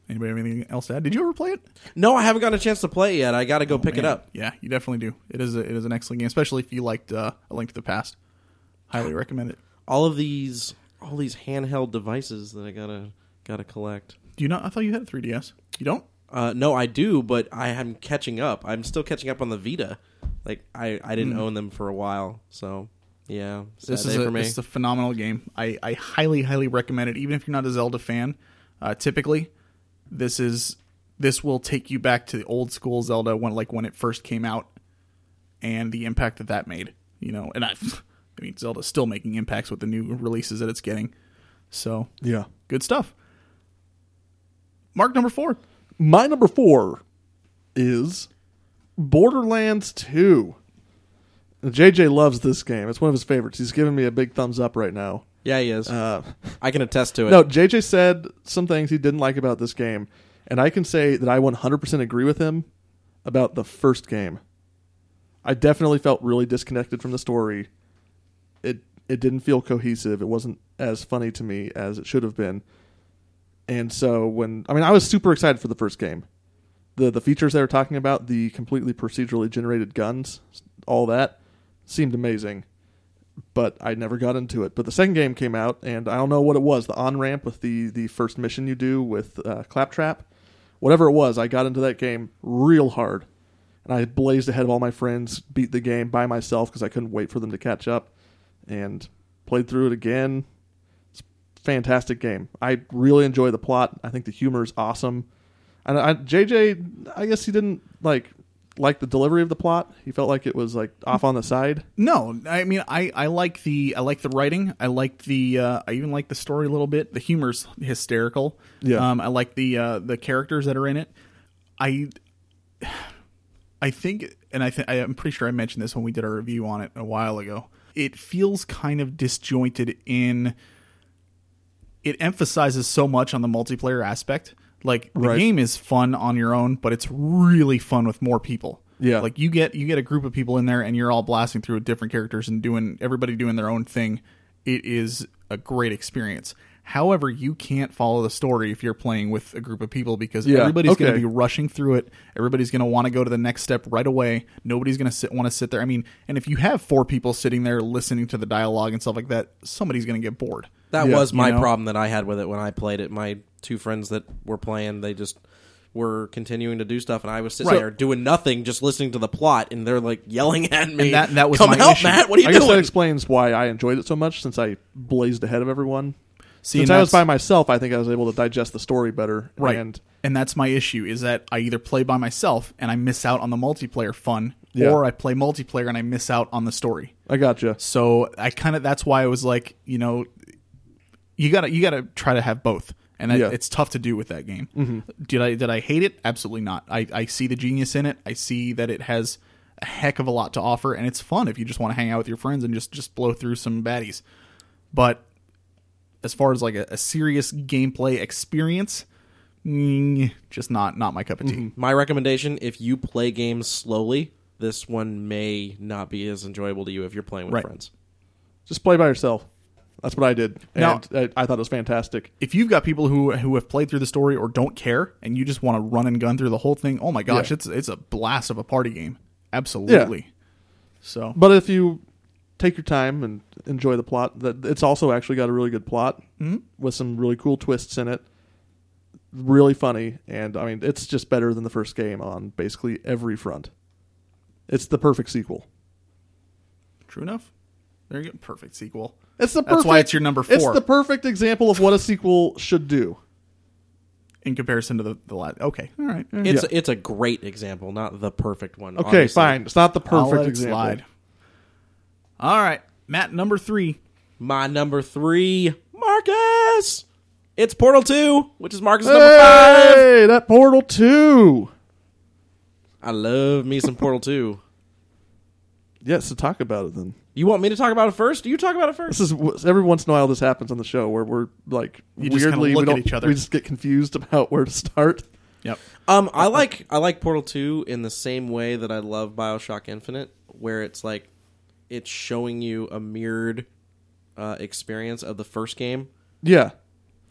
Speaker 1: anybody have anything else to add? Did you ever play it?
Speaker 3: No, I haven't got a chance to play it yet. I got to go pick it
Speaker 1: Oh, Man,
Speaker 3: up.
Speaker 1: Yeah, you definitely do. It is a, it is an excellent game, especially if you liked uh, A Link to the Past. Highly recommend it.
Speaker 3: All of these all these handheld devices that I got to got to collect.
Speaker 1: Do you not? I thought you had a 3DS. You don't?
Speaker 3: Uh, no, I do, but I am catching up. I'm still catching up on the Vita. Like I, I didn't own them for a while, so yeah. Sad
Speaker 1: Hmm. This
Speaker 3: day
Speaker 1: is, a,
Speaker 3: for me.
Speaker 1: this is a phenomenal game. I, I highly highly recommend it. Even if you're not a Zelda fan, uh, typically this is this will take you back to the old school Zelda when like when it first came out, and the impact that that made. You know, and I, <laughs> I mean Zelda's still making impacts with the new releases that it's getting. So
Speaker 2: <laughs> Yeah.
Speaker 1: good stuff. Mark number four.
Speaker 2: My number four is Borderlands 2. JJ loves this game. It's one of his favorites. He's giving me a big thumbs up right now.
Speaker 3: yeah, he is.
Speaker 2: Uh,
Speaker 3: I can attest to it.
Speaker 2: no, JJ said some things he didn't like about this game, and I can say that I 100% agree with him about the first game. I definitely felt really disconnected from the story. It it didn't feel cohesive. It wasn't as funny to me as it should have been. And so when I mean I was super excited for the first game. The the features they were talking about, the completely procedurally generated guns, all that seemed amazing. But I never got into it. But the second game came out and I don't know what it was, the on ramp with the the first mission you do with uh, Claptrap, whatever it was, I got into that game real hard. And I blazed ahead of all my friends, beat the game by myself because I couldn't wait for them to catch up and played through it again fantastic game. I really enjoy the plot. I think the humor is awesome. And I, JJ, I guess he didn't like like the delivery of the plot. He felt like it was like off on the side.
Speaker 1: No, I mean I, I like the I like the writing. I like the uh, I even like the story a little bit. The humor's hysterical.
Speaker 2: Yeah.
Speaker 1: Um, I like the uh, the characters that are in it. I I think, and I think I'm pretty sure I mentioned this when we did our review on it a while ago. It feels kind of disjointed in. It emphasizes so much on the multiplayer aspect. Like the
Speaker 2: Right.
Speaker 1: game is fun on your own, but it's really fun with more people.
Speaker 2: Yeah.
Speaker 1: like you get you get a group of people in there, and you're all blasting through with different characters and doing everybody doing their own thing. It is a great experience. However, you can't follow the story if you're playing with a group of people because
Speaker 2: Yeah,
Speaker 1: everybody's going to be
Speaker 2: okay.
Speaker 1: rushing through it. Everybody's going to want to go to the next step right away. Nobody's going to sit want to sit there. I mean, and if you have four people sitting there listening to the dialogue and stuff like that, somebody's going to get bored.
Speaker 3: that
Speaker 2: Yeah,
Speaker 3: was
Speaker 1: you
Speaker 3: my
Speaker 1: know.
Speaker 3: problem that I had with it when I played it. My two friends that were playing, they just were continuing to do stuff, and I was sitting
Speaker 1: Right.
Speaker 3: there doing nothing, just listening to the plot, and they're like yelling at me.
Speaker 1: that- that was
Speaker 3: Come
Speaker 1: my
Speaker 3: help,
Speaker 1: issue.
Speaker 3: Matt. What are <laughs> you
Speaker 2: I guess that
Speaker 3: doing?
Speaker 2: explains why I enjoyed it so much since I blazed ahead of everyone.
Speaker 1: See,
Speaker 2: since
Speaker 1: and
Speaker 2: I was by
Speaker 1: that's-
Speaker 2: myself, I think I was able to digest the story better.
Speaker 1: Right.
Speaker 2: And
Speaker 1: And, that's my issue is that I either play by myself and I miss out on the multiplayer fun,
Speaker 2: Yeah.
Speaker 1: or I play multiplayer and I miss out on the story.
Speaker 2: I gotcha.
Speaker 1: So I kind of that's why I was like, you know, you gotta you gotta try to have both, and I,
Speaker 2: Yeah.
Speaker 1: it's tough to do with that game. Did I did I hate it? Absolutely not. I I see the genius in it. I see that it has a heck of a lot to offer, and it's fun if you just want to hang out with your friends and just just blow through some baddies. But as far as like a, a serious gameplay experience, mm, just not not my cup of tea.
Speaker 3: My recommendation: if you play games slowly, this one may not be as enjoyable to you if you're playing with
Speaker 1: Right.
Speaker 3: friends.
Speaker 2: Just play by yourself. That's what I did,
Speaker 1: Now-
Speaker 2: and I, I thought it was fantastic.
Speaker 1: if you've got people who who have played through the story or don't care and you just want to run and gun through the whole thing, oh my gosh,
Speaker 2: Yeah.
Speaker 1: it's it's a blast of a party game. Absolutely. So
Speaker 2: But if you take your time and enjoy the plot, that it's also actually got a really good plot with some really cool twists in it. Really funny, and I mean, it's just better than the first game on basically every front. It's the perfect sequel.
Speaker 1: true enough. There you go. Perfect sequel.
Speaker 2: It's the perfect,
Speaker 1: That's why it's your number four
Speaker 2: It's the perfect example of what a sequel should do.
Speaker 1: in comparison to the, the last. Okay. All right. All right.
Speaker 3: It's it's a great example, not the perfect one.
Speaker 2: Okay,
Speaker 3: obviously.
Speaker 2: fine. It's not the
Speaker 1: I'll let
Speaker 2: perfect
Speaker 1: it
Speaker 2: example.
Speaker 1: slide. All right. Matt, number three.
Speaker 3: My number three, Marcus. It's Portal Two, which is Marcus' number five.
Speaker 2: Hey, that Portal Two.
Speaker 3: I love me some Portal Two.
Speaker 2: Yes, to talk about it then.
Speaker 3: You want me to talk about it first? You talk about it first.
Speaker 2: This is every once in a while this happens on the show where we're like
Speaker 1: You just kinda
Speaker 2: weirdly
Speaker 1: look
Speaker 2: we
Speaker 1: at
Speaker 2: don't
Speaker 1: each other.
Speaker 2: we just get confused about where to start.
Speaker 1: Yep.
Speaker 3: Um,
Speaker 2: Uh-uh.
Speaker 3: I like I like Portal Two in the same way that I love Bioshock Infinite, where it's like it's showing you a mirrored uh, experience of the first game,
Speaker 2: Yeah,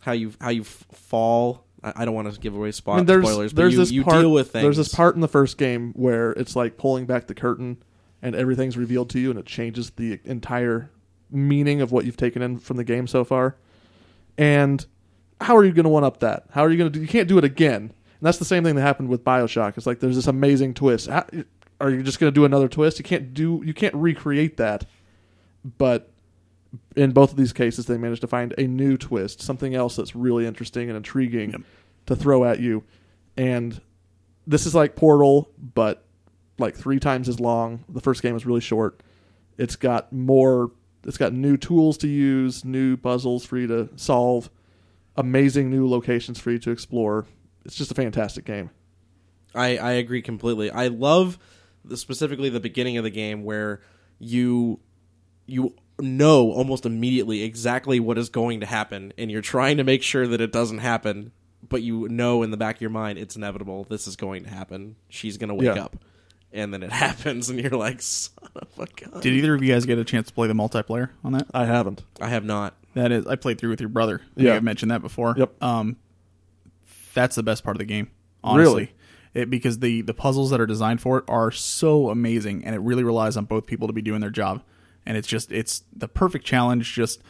Speaker 3: how you how you f- fall. I, I don't want to give away spot
Speaker 2: I mean there's
Speaker 3: spoilers, but
Speaker 2: there's
Speaker 3: you,
Speaker 2: this
Speaker 3: you
Speaker 2: part
Speaker 3: deal with things.
Speaker 2: there's this part in the first game where it's like pulling back the curtain and everything's revealed to you and it changes the entire meaning of what you've taken in from the game so far. And how are you going to one up that? How are you going to do? You can't do it again. And that's the same thing that happened with Bioshock. It's like there's this amazing twist. How, are you just going to do another twist? You can't do. You can't recreate that. But in both of these cases, they managed to find a new twist, something else that's really interesting and intriguing to throw at you. And this is like Portal, but like three times as long. The first game was really short. It's got more. It's got new tools to use, new puzzles for you to solve, amazing new locations for you to explore. It's just a fantastic game.
Speaker 3: I, I agree completely. I love the, specifically the beginning of the game where you you know almost immediately exactly what is going to happen, and you're trying to make sure that it doesn't happen, but you know in the back of your mind it's inevitable. This is going to happen. She's going to wake
Speaker 2: Yeah.
Speaker 3: up, and then it <laughs> happens, and you're like, son of a gun.
Speaker 1: Did either of you guys get a chance to play the multiplayer on that?
Speaker 2: I haven't.
Speaker 3: I have not.
Speaker 1: That is, I played through with your brother. I think
Speaker 2: Yeah.
Speaker 1: I've mentioned that before.
Speaker 2: Yep.
Speaker 1: Um, that's the best part of the game, honestly.
Speaker 2: Really?
Speaker 1: It, because the the puzzles that are designed for it are so amazing, and it really relies on both people to be doing their job. And it's just it's the perfect challenge. Just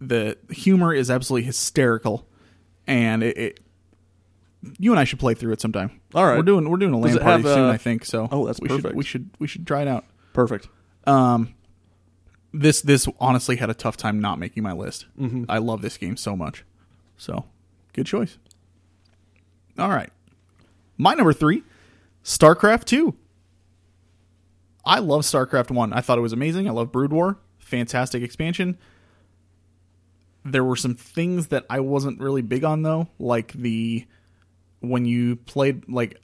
Speaker 1: the humor is absolutely hysterical, and it. it you and I should play through it sometime.
Speaker 2: All right.
Speaker 1: we're doing we're doing a
Speaker 2: Does
Speaker 1: land
Speaker 2: it
Speaker 1: party
Speaker 2: have,
Speaker 1: soon,
Speaker 2: uh,
Speaker 1: I think. So
Speaker 2: Oh, that's
Speaker 1: we Should,
Speaker 2: perfect.
Speaker 1: we should we should try it out
Speaker 2: Perfect.
Speaker 1: this this honestly had a tough time not making my list. I love this game so much. So, good choice. All right. My number 3, StarCraft 2. I love StarCraft 1. I thought it was amazing. I love Brood War. Fantastic expansion. There were some things that I wasn't really big on though, like the when you played like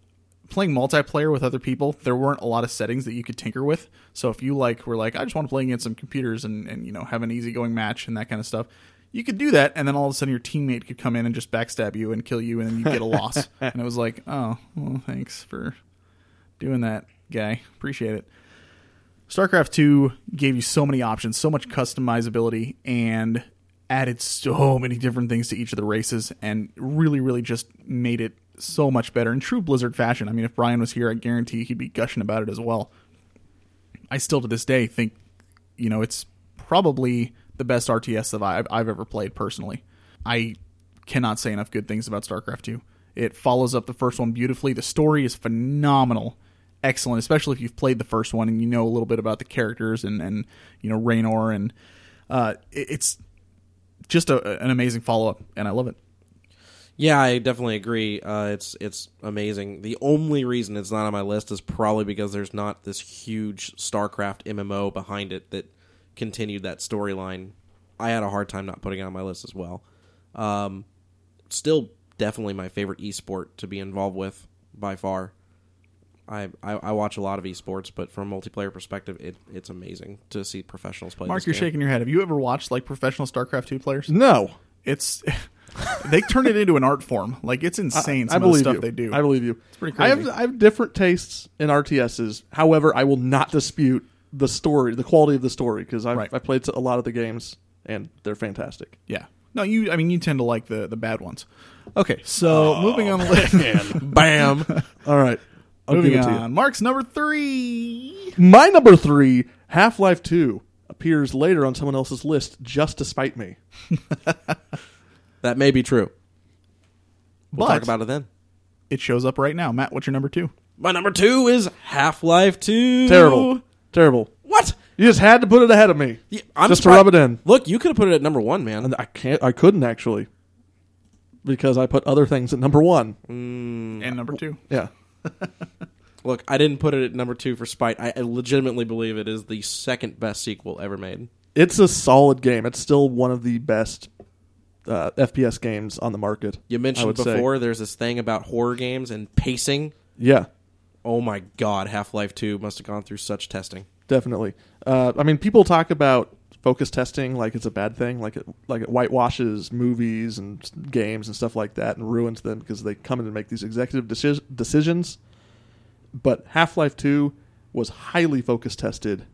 Speaker 1: playing multiplayer with other people, there weren't a lot of settings that you could tinker with. So if you like were like, I just want to play against some computers and, and you know have an easygoing match and that kind of stuff, you could do that, and then all of a sudden your teammate could come in and just backstab you and kill you, and then you get a loss. And it was like, oh, well, thanks for doing that, guy. Appreciate it. StarCraft 2 gave you so many options, so much customizability, and added so many different things to each of the races, and really, really just made it so much better in true Blizzard fashion. I mean, if Brian was here, I guarantee he'd be gushing about it as well. I still to this day think, you know, it's probably the best RTS that I've, I've ever played personally. I cannot say enough good things about StarCraft 2. It follows up the first one beautifully. The story is phenomenal, excellent, especially if you've played the first one and you know a little bit about the characters and, and you know, Raynor. And uh, it- it's just a, an amazing follow up, and I love it.
Speaker 3: Yeah, I definitely agree. Uh, it's it's amazing. The only reason it's not on my list is probably because there's not this huge StarCraft MMO behind it that continued that storyline. I had a hard time not putting it on my list as well. Um, still, definitely my favorite esport to be involved with by far. I, I, I watch a lot of esports, but from a multiplayer perspective, it, it's amazing to see professionals play.
Speaker 1: Mark,
Speaker 3: this
Speaker 1: you're
Speaker 3: game.
Speaker 1: shaking your head. Have you ever watched like professional StarCraft two players?
Speaker 2: No,
Speaker 1: It's <laughs> they turn it into an art form. Like it's insane. Some
Speaker 2: I
Speaker 1: of the
Speaker 2: believe
Speaker 1: stuff
Speaker 2: you.
Speaker 1: they do.
Speaker 2: I believe you. It's
Speaker 1: pretty
Speaker 2: I have
Speaker 1: crazy.
Speaker 2: I have different tastes in RTSs. However, I will not dispute the story, the quality of the story, because I've,
Speaker 1: Right.
Speaker 2: I've played a lot of the games and they're fantastic.
Speaker 1: yeah. No, you. I mean, you tend to like the the bad ones. Okay, so moving <laughs> on. the list. <laughs>
Speaker 3: Bam!
Speaker 2: All right, I'll
Speaker 1: moving
Speaker 2: give it to you.
Speaker 1: on. Mark's number three.
Speaker 2: My number three, Half Life 2, appears later on someone else's list just to spite me.
Speaker 3: that may be true. We'll
Speaker 1: but
Speaker 3: talk about it then.
Speaker 1: it shows up right now. Matt, what's your number two?
Speaker 3: My number two is Half Life Two.
Speaker 2: Terrible. Terrible.
Speaker 3: What?
Speaker 2: You just had to put it ahead of me.
Speaker 3: Yeah, I'm
Speaker 2: just to
Speaker 3: surpri-
Speaker 2: rub it in.
Speaker 3: Look, you could have put it at number one, man.
Speaker 2: And I can't I couldn't actually. Because I put other things at number one.
Speaker 3: Mm.
Speaker 1: And number two.
Speaker 2: Yeah.
Speaker 3: Look, I didn't put it at number two for spite. I I legitimately believe it is the second best sequel ever made.
Speaker 2: It's a solid game. It's still one of the best uh, FPS games on the market.
Speaker 3: You
Speaker 2: I
Speaker 3: mentioned
Speaker 2: would say.
Speaker 3: before there's this thing about horror games and pacing.
Speaker 2: Yeah,
Speaker 3: Oh my god, Half Life Two must have gone through such testing.
Speaker 2: definitely. Uh, I mean, people talk about focus testing like it's a bad thing, like it like it whitewashes movies and s- games and stuff like that, and ruins them because they come in and make these executive deci- decisions. But Half Life Two was highly focus tested.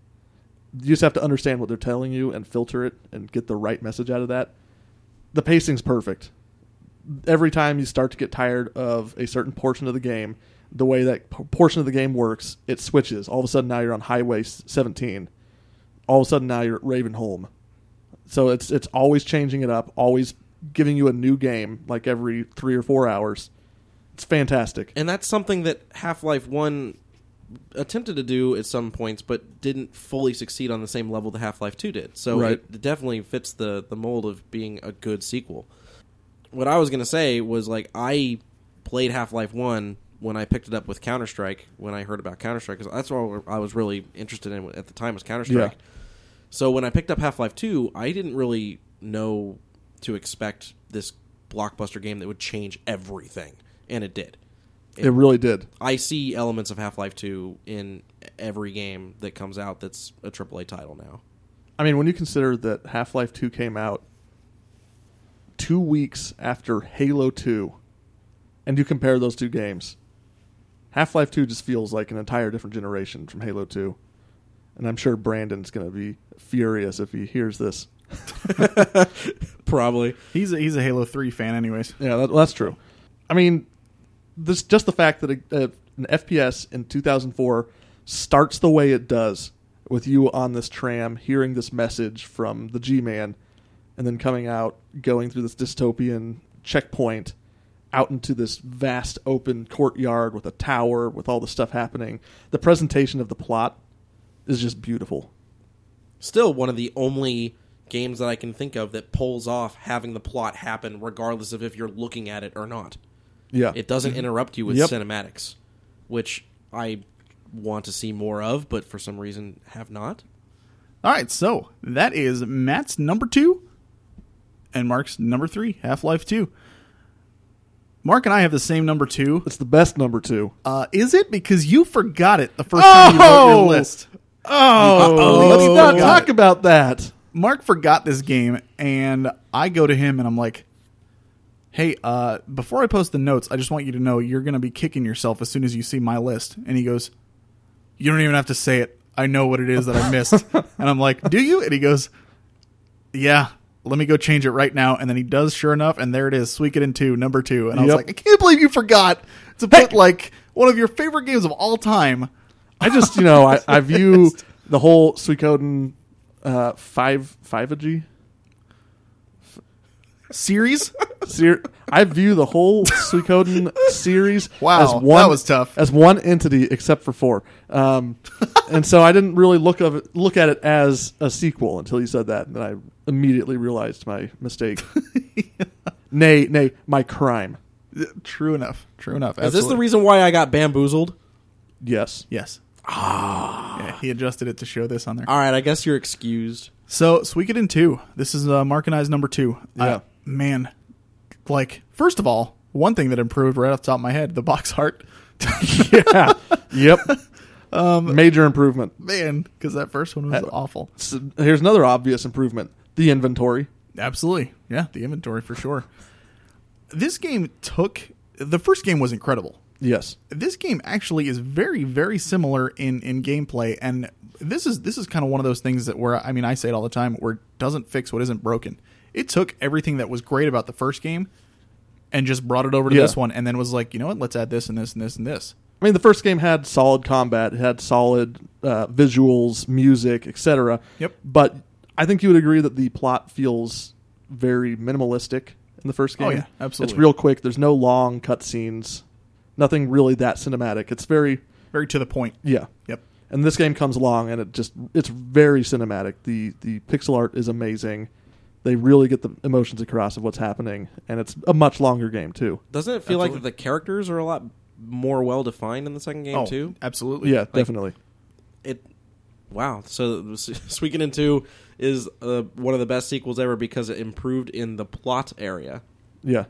Speaker 2: You just have to understand what they're telling you and filter it and get the right message out of that. The pacing's perfect. every time you start to get tired of a certain portion of the game, the way that p- portion of the game works, it switches. All of a sudden, now you're on Highway s- 17. All of a sudden, now you're at Ravenholm. So it's it's always changing it up, always giving you a new game like every three or four hours. It's fantastic.
Speaker 3: And that's something that Half Life One attempted to do at some points, but didn't fully succeed on the same level that Half Life Two did. So
Speaker 2: Right.
Speaker 3: it definitely fits the the mold of being a good sequel. What I was gonna say was like I played Half Life One when I picked it up with Counter Strike when I heard about Counter Strike because that's what I was really interested in at the time was Counter Strike.
Speaker 2: Yeah.
Speaker 3: So when I picked up Half Life 2, I didn't really know to expect this blockbuster game that would change everything, and it did.
Speaker 2: It really did.
Speaker 3: I see elements of Half Life 2 in every game that comes out that's a AAA title now. <laughs>
Speaker 2: I mean, when you consider that Half Life 2 came out two weeks after Halo 2, and you compare those two games, Half Life 2 just feels like an entire different generation from Halo 2. And I'm sure Brandon's going to be furious if he hears this. <laughs>
Speaker 3: Probably.
Speaker 1: He's a, he's a Halo three fan, anyways.
Speaker 2: Yeah, that, that's true. I mean, this just the fact that a, a, an FPS in 2004 starts the way it does with you on this tram, hearing this message from the G-man, and then coming out, going through this dystopian checkpoint, out into this vast open courtyard with a tower, with all the stuff happening. The presentation of the plot is just beautiful.
Speaker 3: Still one of the only games that I can think of that pulls off having the plot happen regardless of if you're looking at it or not.
Speaker 2: Yeah,
Speaker 3: It
Speaker 1: Mm-hmm.
Speaker 3: doesn't interrupt you with
Speaker 2: Yep.
Speaker 3: cinematics, which I want to see more of, but for some reason have not.
Speaker 1: All right, so that is Matt's number two and Mark's number three, Half Life 2. Mark and I have the same number two.
Speaker 2: it's the best number two.
Speaker 1: Uh, is it because you forgot it the first time you wrote your
Speaker 2: Oh!
Speaker 1: list?
Speaker 2: Oh,
Speaker 1: Uh-oh.
Speaker 2: let's not
Speaker 1: Got
Speaker 2: talk
Speaker 1: it.
Speaker 2: about that.
Speaker 1: Mark forgot this game, and I go to him and I'm like, "Hey, uh, before I post the notes, I just want you to know you're gonna be kicking yourself as soon as you see my list." And he goes, "You don't even have to say it. I know what it is that I
Speaker 3: <laughs>
Speaker 1: missed." and I'm like, "Do you?" And he goes, "Yeah." Let me go change it right now. And then he does, sure enough, and there it is, Suikoden in two, number two. And I was
Speaker 2: Yep.
Speaker 1: like, I can't believe you forgot to put like one of your favorite games of all time.
Speaker 2: I just, you know, I,
Speaker 1: <laughs>
Speaker 2: I view the whole Suikoden uh, five five a G.
Speaker 3: <laughs>
Speaker 1: Series?
Speaker 2: Ser- I view the whole Suikoden series
Speaker 1: <laughs> Wow,
Speaker 2: as one
Speaker 1: that was tough.
Speaker 2: as one entity, except for four.
Speaker 1: <laughs>
Speaker 2: Um, and so I didn't really look of it, look at it
Speaker 1: <laughs>
Speaker 2: as a sequel until you said that, and then I immediately realized my mistake. nay, nay, my crime.
Speaker 1: True enough. True enough.
Speaker 3: Is this the
Speaker 1: Absolutely.
Speaker 3: reason why I got bamboozled?
Speaker 2: Yes.
Speaker 1: Yes. Ah. Yeah, he adjusted it to show this on there.
Speaker 3: All right, I guess you're excused.
Speaker 1: So, so we get in two. This is uh, Mark and I's number two. I-
Speaker 2: Yeah.
Speaker 1: man, like, first of all, one thing that improved right off the top of my head the box
Speaker 2: <laughs>
Speaker 1: heart.
Speaker 2: yeah. <laughs> Yep.
Speaker 1: Um,
Speaker 2: Major improvement.
Speaker 1: <laughs> man, because that first one was
Speaker 2: That-
Speaker 1: awful.
Speaker 2: S- Here's another obvious improvement: the inventory.
Speaker 1: Absolutely. Yeah, the inventory for sure. This game took. The first game was incredible.
Speaker 2: Yes.
Speaker 1: this game actually is very very similar in in gameplay and this is this is kind of one of those things that where i mean i say it all the time where it doesn't fix what isn't broken it took everything that was great about the first game and just brought it over to
Speaker 2: Yeah.
Speaker 1: this one and then was like you know what let's add this and this and this and this
Speaker 2: I mean, the first game had solid combat, it had solid uh, visuals, music, etc.
Speaker 1: Yep.
Speaker 2: But I think you would agree that the plot feels very minimalistic in the first
Speaker 1: Oh,
Speaker 2: game.
Speaker 1: yeah, absolutely.
Speaker 2: It's real quick. There's no long cutscenes. Nothing really that cinematic. It's very
Speaker 1: very to the point
Speaker 2: yeah.
Speaker 1: yep
Speaker 2: And this game comes along and it just it's very cinematic. The the pixel art is amazing. They really get the emotions across of what's happening, and it's a much longer game too.
Speaker 3: Doesn't it feel like
Speaker 1: Absolutely.
Speaker 3: the characters are a lot more well defined in the second game
Speaker 1: oh
Speaker 3: too?
Speaker 1: absolutely
Speaker 2: Yeah, definitely.
Speaker 3: It. Wow. So <laughs> Suikoden Two is uh, one of the best sequels ever because it improved in the plot area.
Speaker 2: Yeah.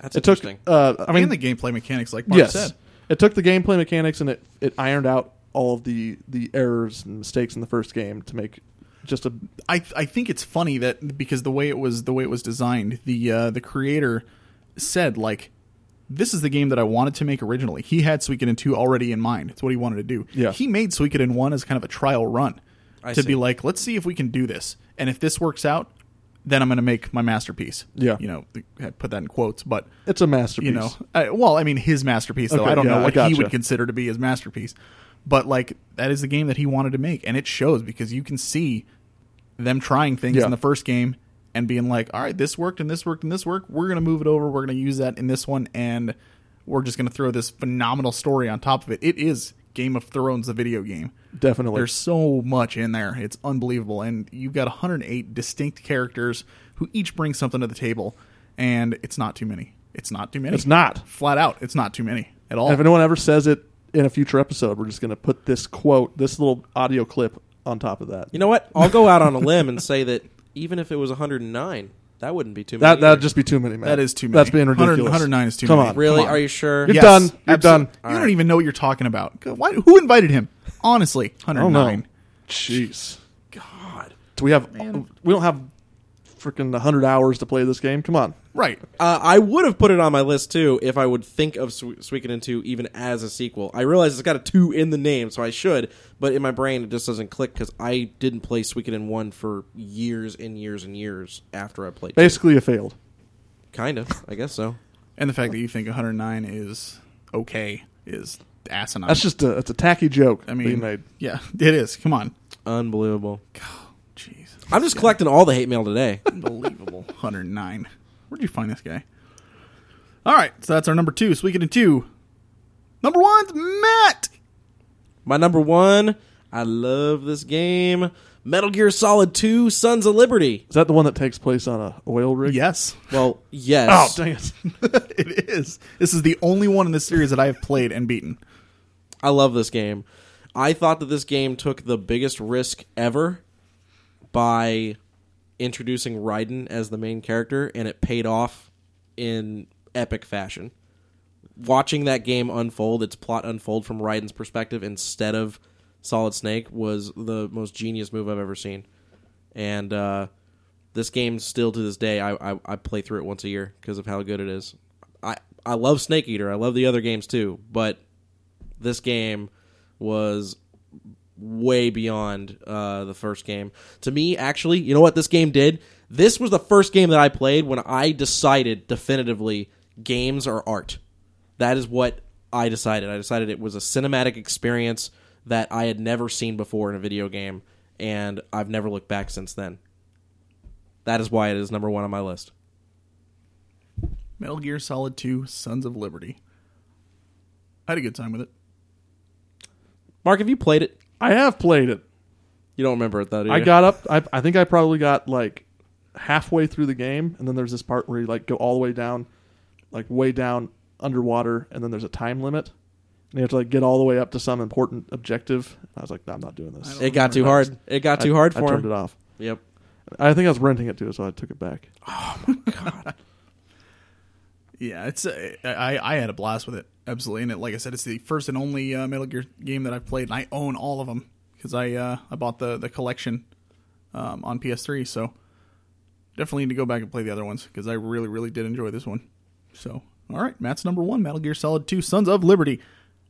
Speaker 3: That's
Speaker 2: It took
Speaker 3: interesting.
Speaker 2: uh, I mean
Speaker 1: and the gameplay mechanics like mark
Speaker 2: yes.
Speaker 1: said
Speaker 2: It took the gameplay mechanics and it, it ironed out all of the, the errors and mistakes in the first game to make just a
Speaker 1: I I think it's funny that because the way it was the way it was designed, the uh, the creator said like this is the game that I wanted to make originally. He had Suikoden 2 already in mind. It's what he wanted to do.
Speaker 2: Yeah.
Speaker 1: He made Suikoden 1 as kind of a trial run
Speaker 3: I
Speaker 1: to
Speaker 3: see.
Speaker 1: be like, let's see if we can do this. And if this works out, then I'm going to make my masterpiece.
Speaker 2: Yeah.
Speaker 1: You know, I put that in quotes, but
Speaker 2: it's a masterpiece.
Speaker 1: you know, I, well, I mean, his masterpiece. Though
Speaker 2: Okay,
Speaker 1: I don't
Speaker 2: yeah,
Speaker 1: know
Speaker 2: I
Speaker 1: what he
Speaker 2: gotcha.
Speaker 1: would consider to be his masterpiece, but like that is the game that he wanted to make, and it shows because you can see them trying things
Speaker 2: Yeah.
Speaker 1: in the first game and being like, "All right, this worked and this worked and this worked. We're gonna move it over. We're gonna use that in this one, and we're just gonna throw this phenomenal story on top of it." It is Game of Thrones, the video game.
Speaker 2: Definitely.
Speaker 1: There's so much in there. It's unbelievable. And you've got 108 distinct characters who each bring something to the table, and it's not too many. It's not too many.
Speaker 2: it's not.
Speaker 1: Flat out, it's not too many at all.
Speaker 2: And if anyone ever says it in a future episode, we're just going to put this quote, this little audio clip on top of that.
Speaker 3: you know what? I'll go out on a limb and say that even if it was 109, that wouldldn't be too many.
Speaker 2: that that'd
Speaker 3: either.
Speaker 2: just be too many. Man.
Speaker 1: That is too
Speaker 2: That's
Speaker 1: many.
Speaker 2: being
Speaker 1: 100
Speaker 2: ridiculous.
Speaker 1: 109 is too
Speaker 2: Come
Speaker 1: many.
Speaker 2: On.
Speaker 3: really.
Speaker 1: come on.
Speaker 3: Are you sure?
Speaker 2: You're
Speaker 1: Yes,
Speaker 2: done. You're
Speaker 1: absolute-
Speaker 2: done.
Speaker 1: You don't even know what you're talking about. God, Why, who invited him? Honestly,
Speaker 2: I don't
Speaker 1: 109.
Speaker 2: know. Oh, Jeez.
Speaker 3: God.
Speaker 2: Do we have? We don't have freaking hundred hours to play this game. Come on.
Speaker 1: Right.
Speaker 3: Uh, I would have put it on my list too if I would think of Su- Suikoden 2 even as a sequel. I realize it's got a 2 in the name, so I should, but in my brain it just doesn't click because I didn't play Suikoden 1 for years and years and years after I played. two.
Speaker 2: Basically, you failed.
Speaker 3: Kind of, I guess so.
Speaker 1: And the fact that you think 109 is okay is asinine.
Speaker 2: That's just a that's a tacky joke.
Speaker 1: I
Speaker 2: that you
Speaker 1: mean,
Speaker 2: made.
Speaker 1: yeah, <laughs> it is. Come on.
Speaker 3: Unbelievable.
Speaker 1: Jeez.
Speaker 3: I'm just collecting all the hate mail today.
Speaker 1: Unbelievable. <laughs> 109. Where'd you find this guy? All right, so that's our number two. Speaking of two, number one's Matt.
Speaker 3: My number one, I love this game. Metal Gear Solid 2 Sons of Liberty.
Speaker 2: Is that the one that takes place on a oil rig?
Speaker 1: Yes,
Speaker 3: Well, yes.
Speaker 2: Oh dang it!
Speaker 1: <laughs> it is. This is the only one in this series that I have played and beaten.
Speaker 3: I love this game. I thought that this game took the biggest risk ever by introducing Raiden as the main character, and it paid off in epic fashion. Watching that game unfold, its plot unfold from Raiden's perspective instead of Solid Snake was the most genius move I've ever seen. And uh, this game, still to this day, I, I, I play through it once a year because of how good it is. I, I love Snake Eater. I love the other games too, but this game was way beyond uh, the first game. To me, actually, you know what this game did? This was the first game that I played when I decided definitively games are art. That is what I decided. I decided it was a cinematic experience that I had never seen before in a video game, and I've never looked back since then. That is why it is number one on my list.
Speaker 1: Metal Gear Solid 2, Sons of Liberty. I had a good time with it.
Speaker 3: Mark, have you played it?
Speaker 2: I have played it.
Speaker 3: You don't remember it, though, do
Speaker 2: I
Speaker 3: you?
Speaker 2: got up. I, I think I probably got like halfway through the game, and then there's this part where you like go all the way down, like way down underwater, and then there's a time limit, and you have to like get all the way up to some important objective. I was like, "No, I'm not doing this.
Speaker 1: I don't
Speaker 3: It got too hard. It got too
Speaker 2: I-
Speaker 3: hard
Speaker 2: I
Speaker 3: for
Speaker 2: turned
Speaker 3: him.
Speaker 2: it off.
Speaker 3: Yep.
Speaker 2: I think I was renting it too, so I took it back.
Speaker 1: Yeah, it's uh, I I had a blast with it absolutely, and it, like I said, it's the first and only uh, Metal Gear game that I've played, and I own all of them because I uh, I bought the the collection um, on PS3, so definitely need to go back and play the other ones because I really really did enjoy this one. So all right, Matt's number one, Metal Gear Solid Two: Sons of Liberty.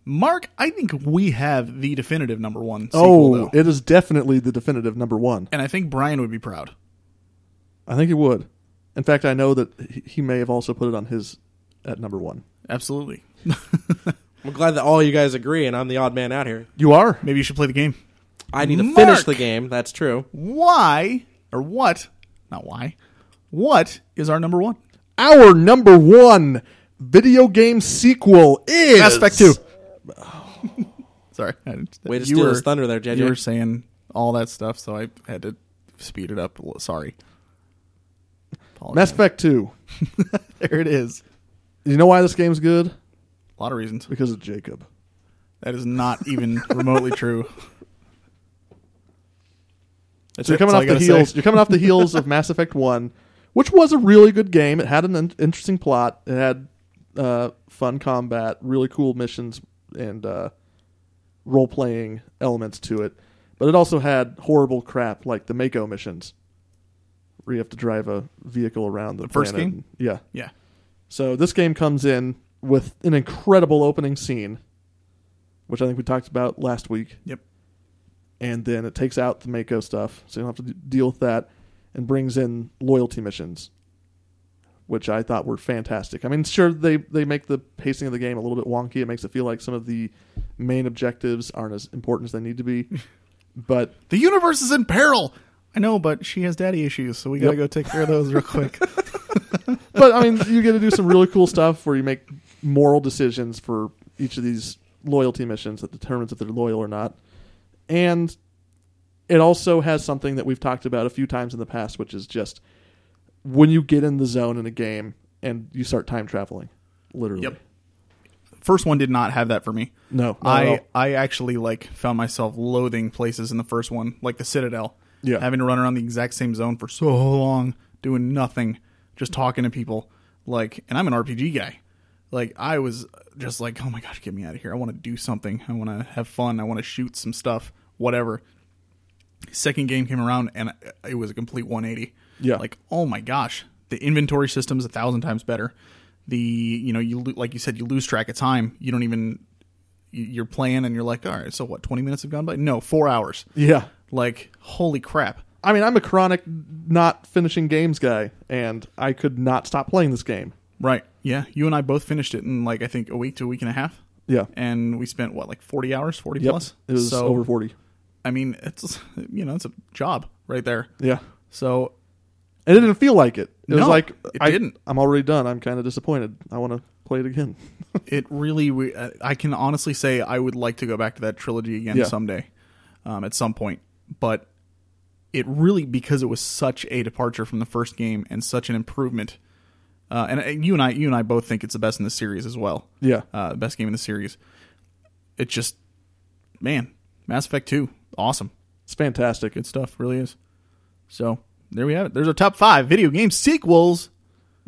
Speaker 1: Mark, I think we have the definitive number one. Sequel,
Speaker 2: Oh,
Speaker 1: though.
Speaker 2: it is definitely the definitive number one.
Speaker 1: and I think Brian would be proud.
Speaker 2: I think it would. In fact, I know that he- he may have also put it on his at number one.
Speaker 1: Absolutely. <laughs>
Speaker 3: I'm glad that all you guys agree, and I'm the odd man out here.
Speaker 2: You are.
Speaker 1: Maybe you should play the game.
Speaker 3: I need to
Speaker 1: Mark!
Speaker 3: finish the game. That's true.
Speaker 1: Why or what? Not why. What is our number one?
Speaker 2: Our number one video game sequel is
Speaker 1: Mass Effect
Speaker 2: <sighs>
Speaker 1: 2. Sorry. I-
Speaker 3: Way to
Speaker 1: you
Speaker 3: steal
Speaker 1: were-
Speaker 3: his thunder there, JJ.
Speaker 1: You were saying all that stuff, so I had to speed it up. Well, Sorry.
Speaker 2: <laughs> Mass
Speaker 1: Apologize.
Speaker 2: Effect Two.
Speaker 1: <laughs> there it is.
Speaker 2: You know why this game's good?
Speaker 1: A lot of reasons.
Speaker 2: Because of Jacob.
Speaker 1: That is not even remotely true. That's
Speaker 2: So you're
Speaker 1: it. That's
Speaker 2: coming
Speaker 1: all
Speaker 2: off
Speaker 1: I
Speaker 2: the
Speaker 1: gotta
Speaker 2: heels.
Speaker 1: say.
Speaker 2: You're coming off the heels of Mass Effect One, which was a really good game. It had an in- interesting plot. It had uh, fun combat, really cool missions, and uh, role playing elements to it. But it also had horrible crap like the Mako missions, where you have to drive a vehicle around the,
Speaker 1: first
Speaker 2: planet.
Speaker 1: game?
Speaker 2: Yeah.
Speaker 1: Yeah.
Speaker 2: So this game comes in with an incredible opening scene, which I think we talked about last week
Speaker 1: Yep.
Speaker 2: and then it takes out the Mako stuff, so you don't have to d- deal with that, and brings in loyalty missions, which I thought were fantastic. I mean, sure they they make the pacing of the game a little bit wonky. It makes it feel like some of the main objectives aren't as important as they need to be, but
Speaker 1: The universe is in peril. I know, but she has daddy issues, so we gotta
Speaker 2: Yep.
Speaker 1: go take care of those real quick.
Speaker 2: but I mean, you get to do some really cool stuff where you make moral decisions for each of these loyalty missions that determines if they're loyal or not. And it also has something that we've talked about a few times in the past, which is just when you get in the zone in a game and you start time traveling, literally.
Speaker 1: Yep. First one did not have that for me.
Speaker 2: No, not at all.
Speaker 1: I I actually like found myself loathing places in the first one, like the Citadel.
Speaker 2: Yeah.
Speaker 1: Having to run around the exact same zone for so long, doing nothing, just talking to people. Like, and I'm an RPG guy. Like, I was just like, oh my gosh, get me out of here. I want to do something. I want to have fun. I want to shoot some stuff. Whatever. Second game came around, and it was a complete 180.
Speaker 2: Yeah.
Speaker 1: Like, oh my gosh, the inventory system's a thousand times better. The you know you lo- like you said you lose track of time. You don't even you- you're playing and you're like, all right, so what? Twenty minutes have gone by? No, four hours.
Speaker 2: Yeah.
Speaker 1: Like, holy crap!
Speaker 2: I mean, I'm a chronic not finishing games guy, and I could not stop playing this game.
Speaker 1: Right? Yeah, you and I both finished it in like I think a week to a week and a half,
Speaker 2: Yeah.
Speaker 1: and we spent what like forty hours, forty
Speaker 2: Yep.
Speaker 1: plus.
Speaker 2: It was
Speaker 1: so
Speaker 2: over 40.
Speaker 1: I mean, it's you know it's a job right there.
Speaker 2: Yeah.
Speaker 1: So
Speaker 2: And it didn't feel like it. It was
Speaker 1: No,
Speaker 2: like
Speaker 1: it
Speaker 2: I,
Speaker 1: didn't.
Speaker 2: I'm already done. I'm kind of disappointed. I want to play
Speaker 1: <laughs>
Speaker 2: it again.
Speaker 1: it really we, uh, i can honestly say i would like to go back to that trilogy again
Speaker 2: Yeah.
Speaker 1: someday um, at some point but it really because it was such a departure from the first game and such an improvement uh, and, and you and i you and i both think it's the best in the series as well
Speaker 2: Yeah.
Speaker 1: uh, best game in the series it just man mass effect 2 awesome
Speaker 2: It's fantastic.
Speaker 1: good
Speaker 2: It's
Speaker 1: stuff really is so there we have it there's our top five video game sequels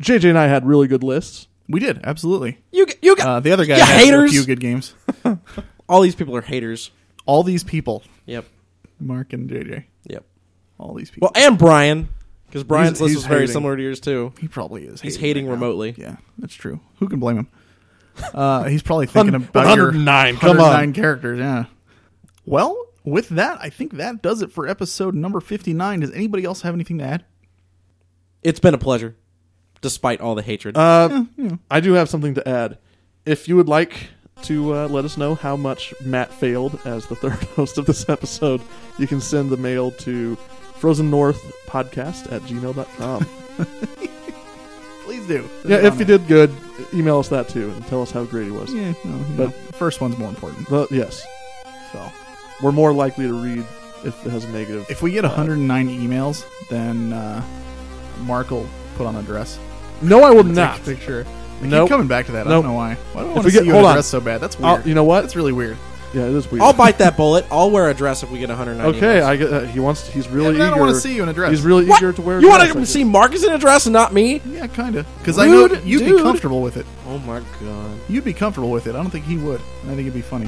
Speaker 2: JJ and I had really good lists.
Speaker 1: we did absolutely
Speaker 3: You g- you got
Speaker 1: uh, the other guy
Speaker 3: You
Speaker 1: had a
Speaker 3: haters!
Speaker 1: few good games
Speaker 3: all these people are haters.
Speaker 1: all these people
Speaker 3: Yep.
Speaker 1: Mark and JJ.
Speaker 3: Yep.
Speaker 1: All these people.
Speaker 3: Well, and Brian, because Brian's
Speaker 2: He's-
Speaker 3: list
Speaker 2: he's
Speaker 3: was very
Speaker 2: hating.
Speaker 3: similar to yours too.
Speaker 1: he probably is.
Speaker 3: He's hating
Speaker 1: right now.
Speaker 3: remotely.
Speaker 1: Yeah, that's true. Who can blame him?
Speaker 2: <laughs>
Speaker 1: Uh, he's probably thinking about your
Speaker 2: 109, come on.
Speaker 1: 109 characters. Yeah. Well, with that, I think that does it for episode number 59. Does anybody else have anything to add?
Speaker 3: It's been a pleasure, despite all the hatred.
Speaker 2: Uh,
Speaker 1: yeah.
Speaker 2: I do have something to add. If you would like to uh, let us know how much Matt failed as the <laughs> third host of this episode, you can send the mail to frozen north podcast at
Speaker 1: <laughs>
Speaker 2: gmail.com.
Speaker 1: Please do.
Speaker 2: yeah, if you did good, email us that too and tell us how great he was.
Speaker 1: Yeah, no, you
Speaker 2: But-
Speaker 1: know, the first one's more important.
Speaker 2: But yes,
Speaker 1: So
Speaker 2: we're more likely to read if it has a negative.
Speaker 1: if we get 109 emails, then uh, Mark will put on a dress.
Speaker 2: No, I will
Speaker 1: Take
Speaker 2: not.
Speaker 1: a picture. I
Speaker 2: Nope.
Speaker 1: keep coming back to that. I
Speaker 2: Nope.
Speaker 1: don't know why. Why do I
Speaker 2: If
Speaker 1: want
Speaker 2: we
Speaker 1: to
Speaker 2: get-
Speaker 1: see you in
Speaker 2: hold
Speaker 1: a
Speaker 2: on.
Speaker 1: dress so bad? That's
Speaker 2: I'll-
Speaker 1: weird.
Speaker 2: you know what?
Speaker 1: That's really weird.
Speaker 2: yeah, it is weird.
Speaker 3: I'll bite that bullet. I'll wear a dress if we get
Speaker 2: <laughs>
Speaker 3: 190.
Speaker 2: okay,
Speaker 3: votes.
Speaker 2: I get, uh, he wants. He's really
Speaker 1: Yeah, but I
Speaker 2: eager.
Speaker 1: don't wanna see you in a dress.
Speaker 2: He's really
Speaker 3: What?
Speaker 2: eager to wear. a
Speaker 3: You
Speaker 2: dress,
Speaker 3: want
Speaker 2: I
Speaker 3: to
Speaker 2: guess.
Speaker 3: see Marcus in a dress and not me?
Speaker 1: Yeah, kind of. Because I know
Speaker 3: Rude
Speaker 1: you'd
Speaker 3: dude.
Speaker 1: be comfortable with it.
Speaker 3: Oh my god!
Speaker 1: You'd be comfortable with it. I don't think he would. I think it'd be funny.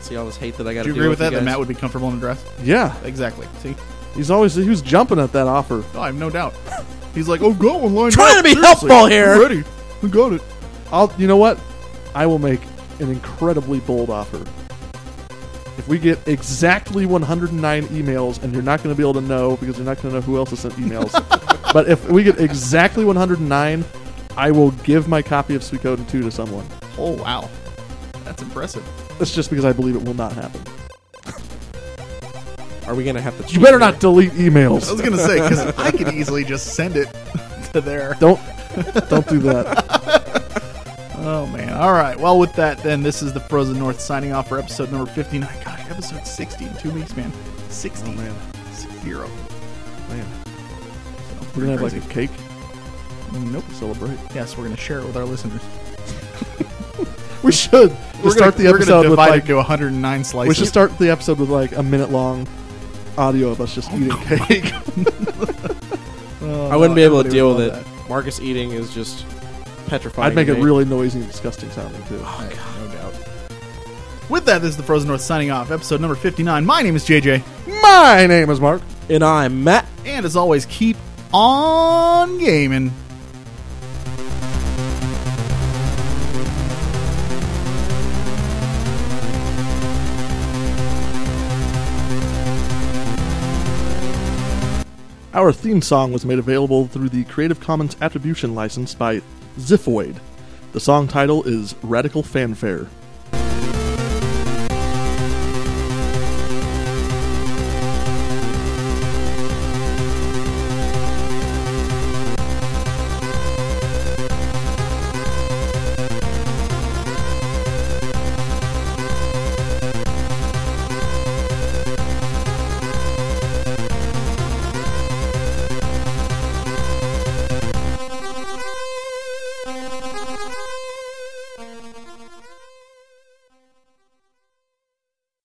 Speaker 3: See all this hate that I got.
Speaker 1: Do you agree with that? That Matt would be comfortable in a dress?
Speaker 2: Yeah,
Speaker 1: Exactly. See?
Speaker 2: he's always he was jumping at that offer.
Speaker 1: Oh, I have no doubt. He's like, oh, go one line.
Speaker 3: Trying
Speaker 1: up.
Speaker 3: to be
Speaker 1: Seriously,
Speaker 3: helpful here."
Speaker 1: I'm ready. I got it.
Speaker 2: I'll. You know what? I will make an incredibly bold offer. If we get exactly 109 emails, and you're not going to be able to know because you're not going to know who else has sent
Speaker 3: <laughs>
Speaker 2: emails, but if we get exactly 109, I will give my copy of Suikoden 2 to someone.
Speaker 1: Oh wow, that's
Speaker 3: <laughs>
Speaker 1: impressive.
Speaker 2: That's just because I believe it will not happen.
Speaker 3: Are we gonna have to?
Speaker 2: You better not
Speaker 3: cheat
Speaker 2: delete
Speaker 1: I was
Speaker 2: emails.
Speaker 1: gonna say because I could easily just send it <laughs> to there.
Speaker 2: Don't <laughs> don't do that.
Speaker 1: Oh man. All right. Well, with that, then this is the Frozen North signing off for episode number 59. Gosh, episode 60 in two weeks, man. 60.
Speaker 2: Oh, man.
Speaker 1: Six zero.
Speaker 2: Man,
Speaker 1: So,
Speaker 2: we're gonna have like
Speaker 1: crazy.
Speaker 2: a cake
Speaker 1: nope.
Speaker 2: to celebrate.
Speaker 1: Yes, we're gonna share it with our listeners.
Speaker 2: We should. We
Speaker 1: We're
Speaker 2: start
Speaker 1: gonna,
Speaker 2: the
Speaker 1: we're gonna
Speaker 2: episode with
Speaker 1: divide
Speaker 2: like
Speaker 1: it to 109 slices.
Speaker 2: we
Speaker 1: <laughs>
Speaker 2: should start the episode with like a minute long audio of us just eating cake.
Speaker 1: Oh,
Speaker 3: I wouldn't
Speaker 1: no,
Speaker 3: be able to
Speaker 1: everybody
Speaker 3: deal
Speaker 1: would
Speaker 3: with it.
Speaker 1: love
Speaker 3: Marcus eating is just petrifying.
Speaker 2: I'd make
Speaker 3: to
Speaker 2: it
Speaker 3: me.
Speaker 2: really noisy and disgusting sounding too.
Speaker 1: that. Oh, No doubt. With that, this is the Frozen North signing off, episode number 59. My name is JJ,
Speaker 2: My name is Mark.
Speaker 3: And I'm Matt.
Speaker 1: and as always, keep on gaming.
Speaker 2: Our theme song was made available through the Creative Commons Attribution license by Ziphoid. The song title is Radical Fanfare.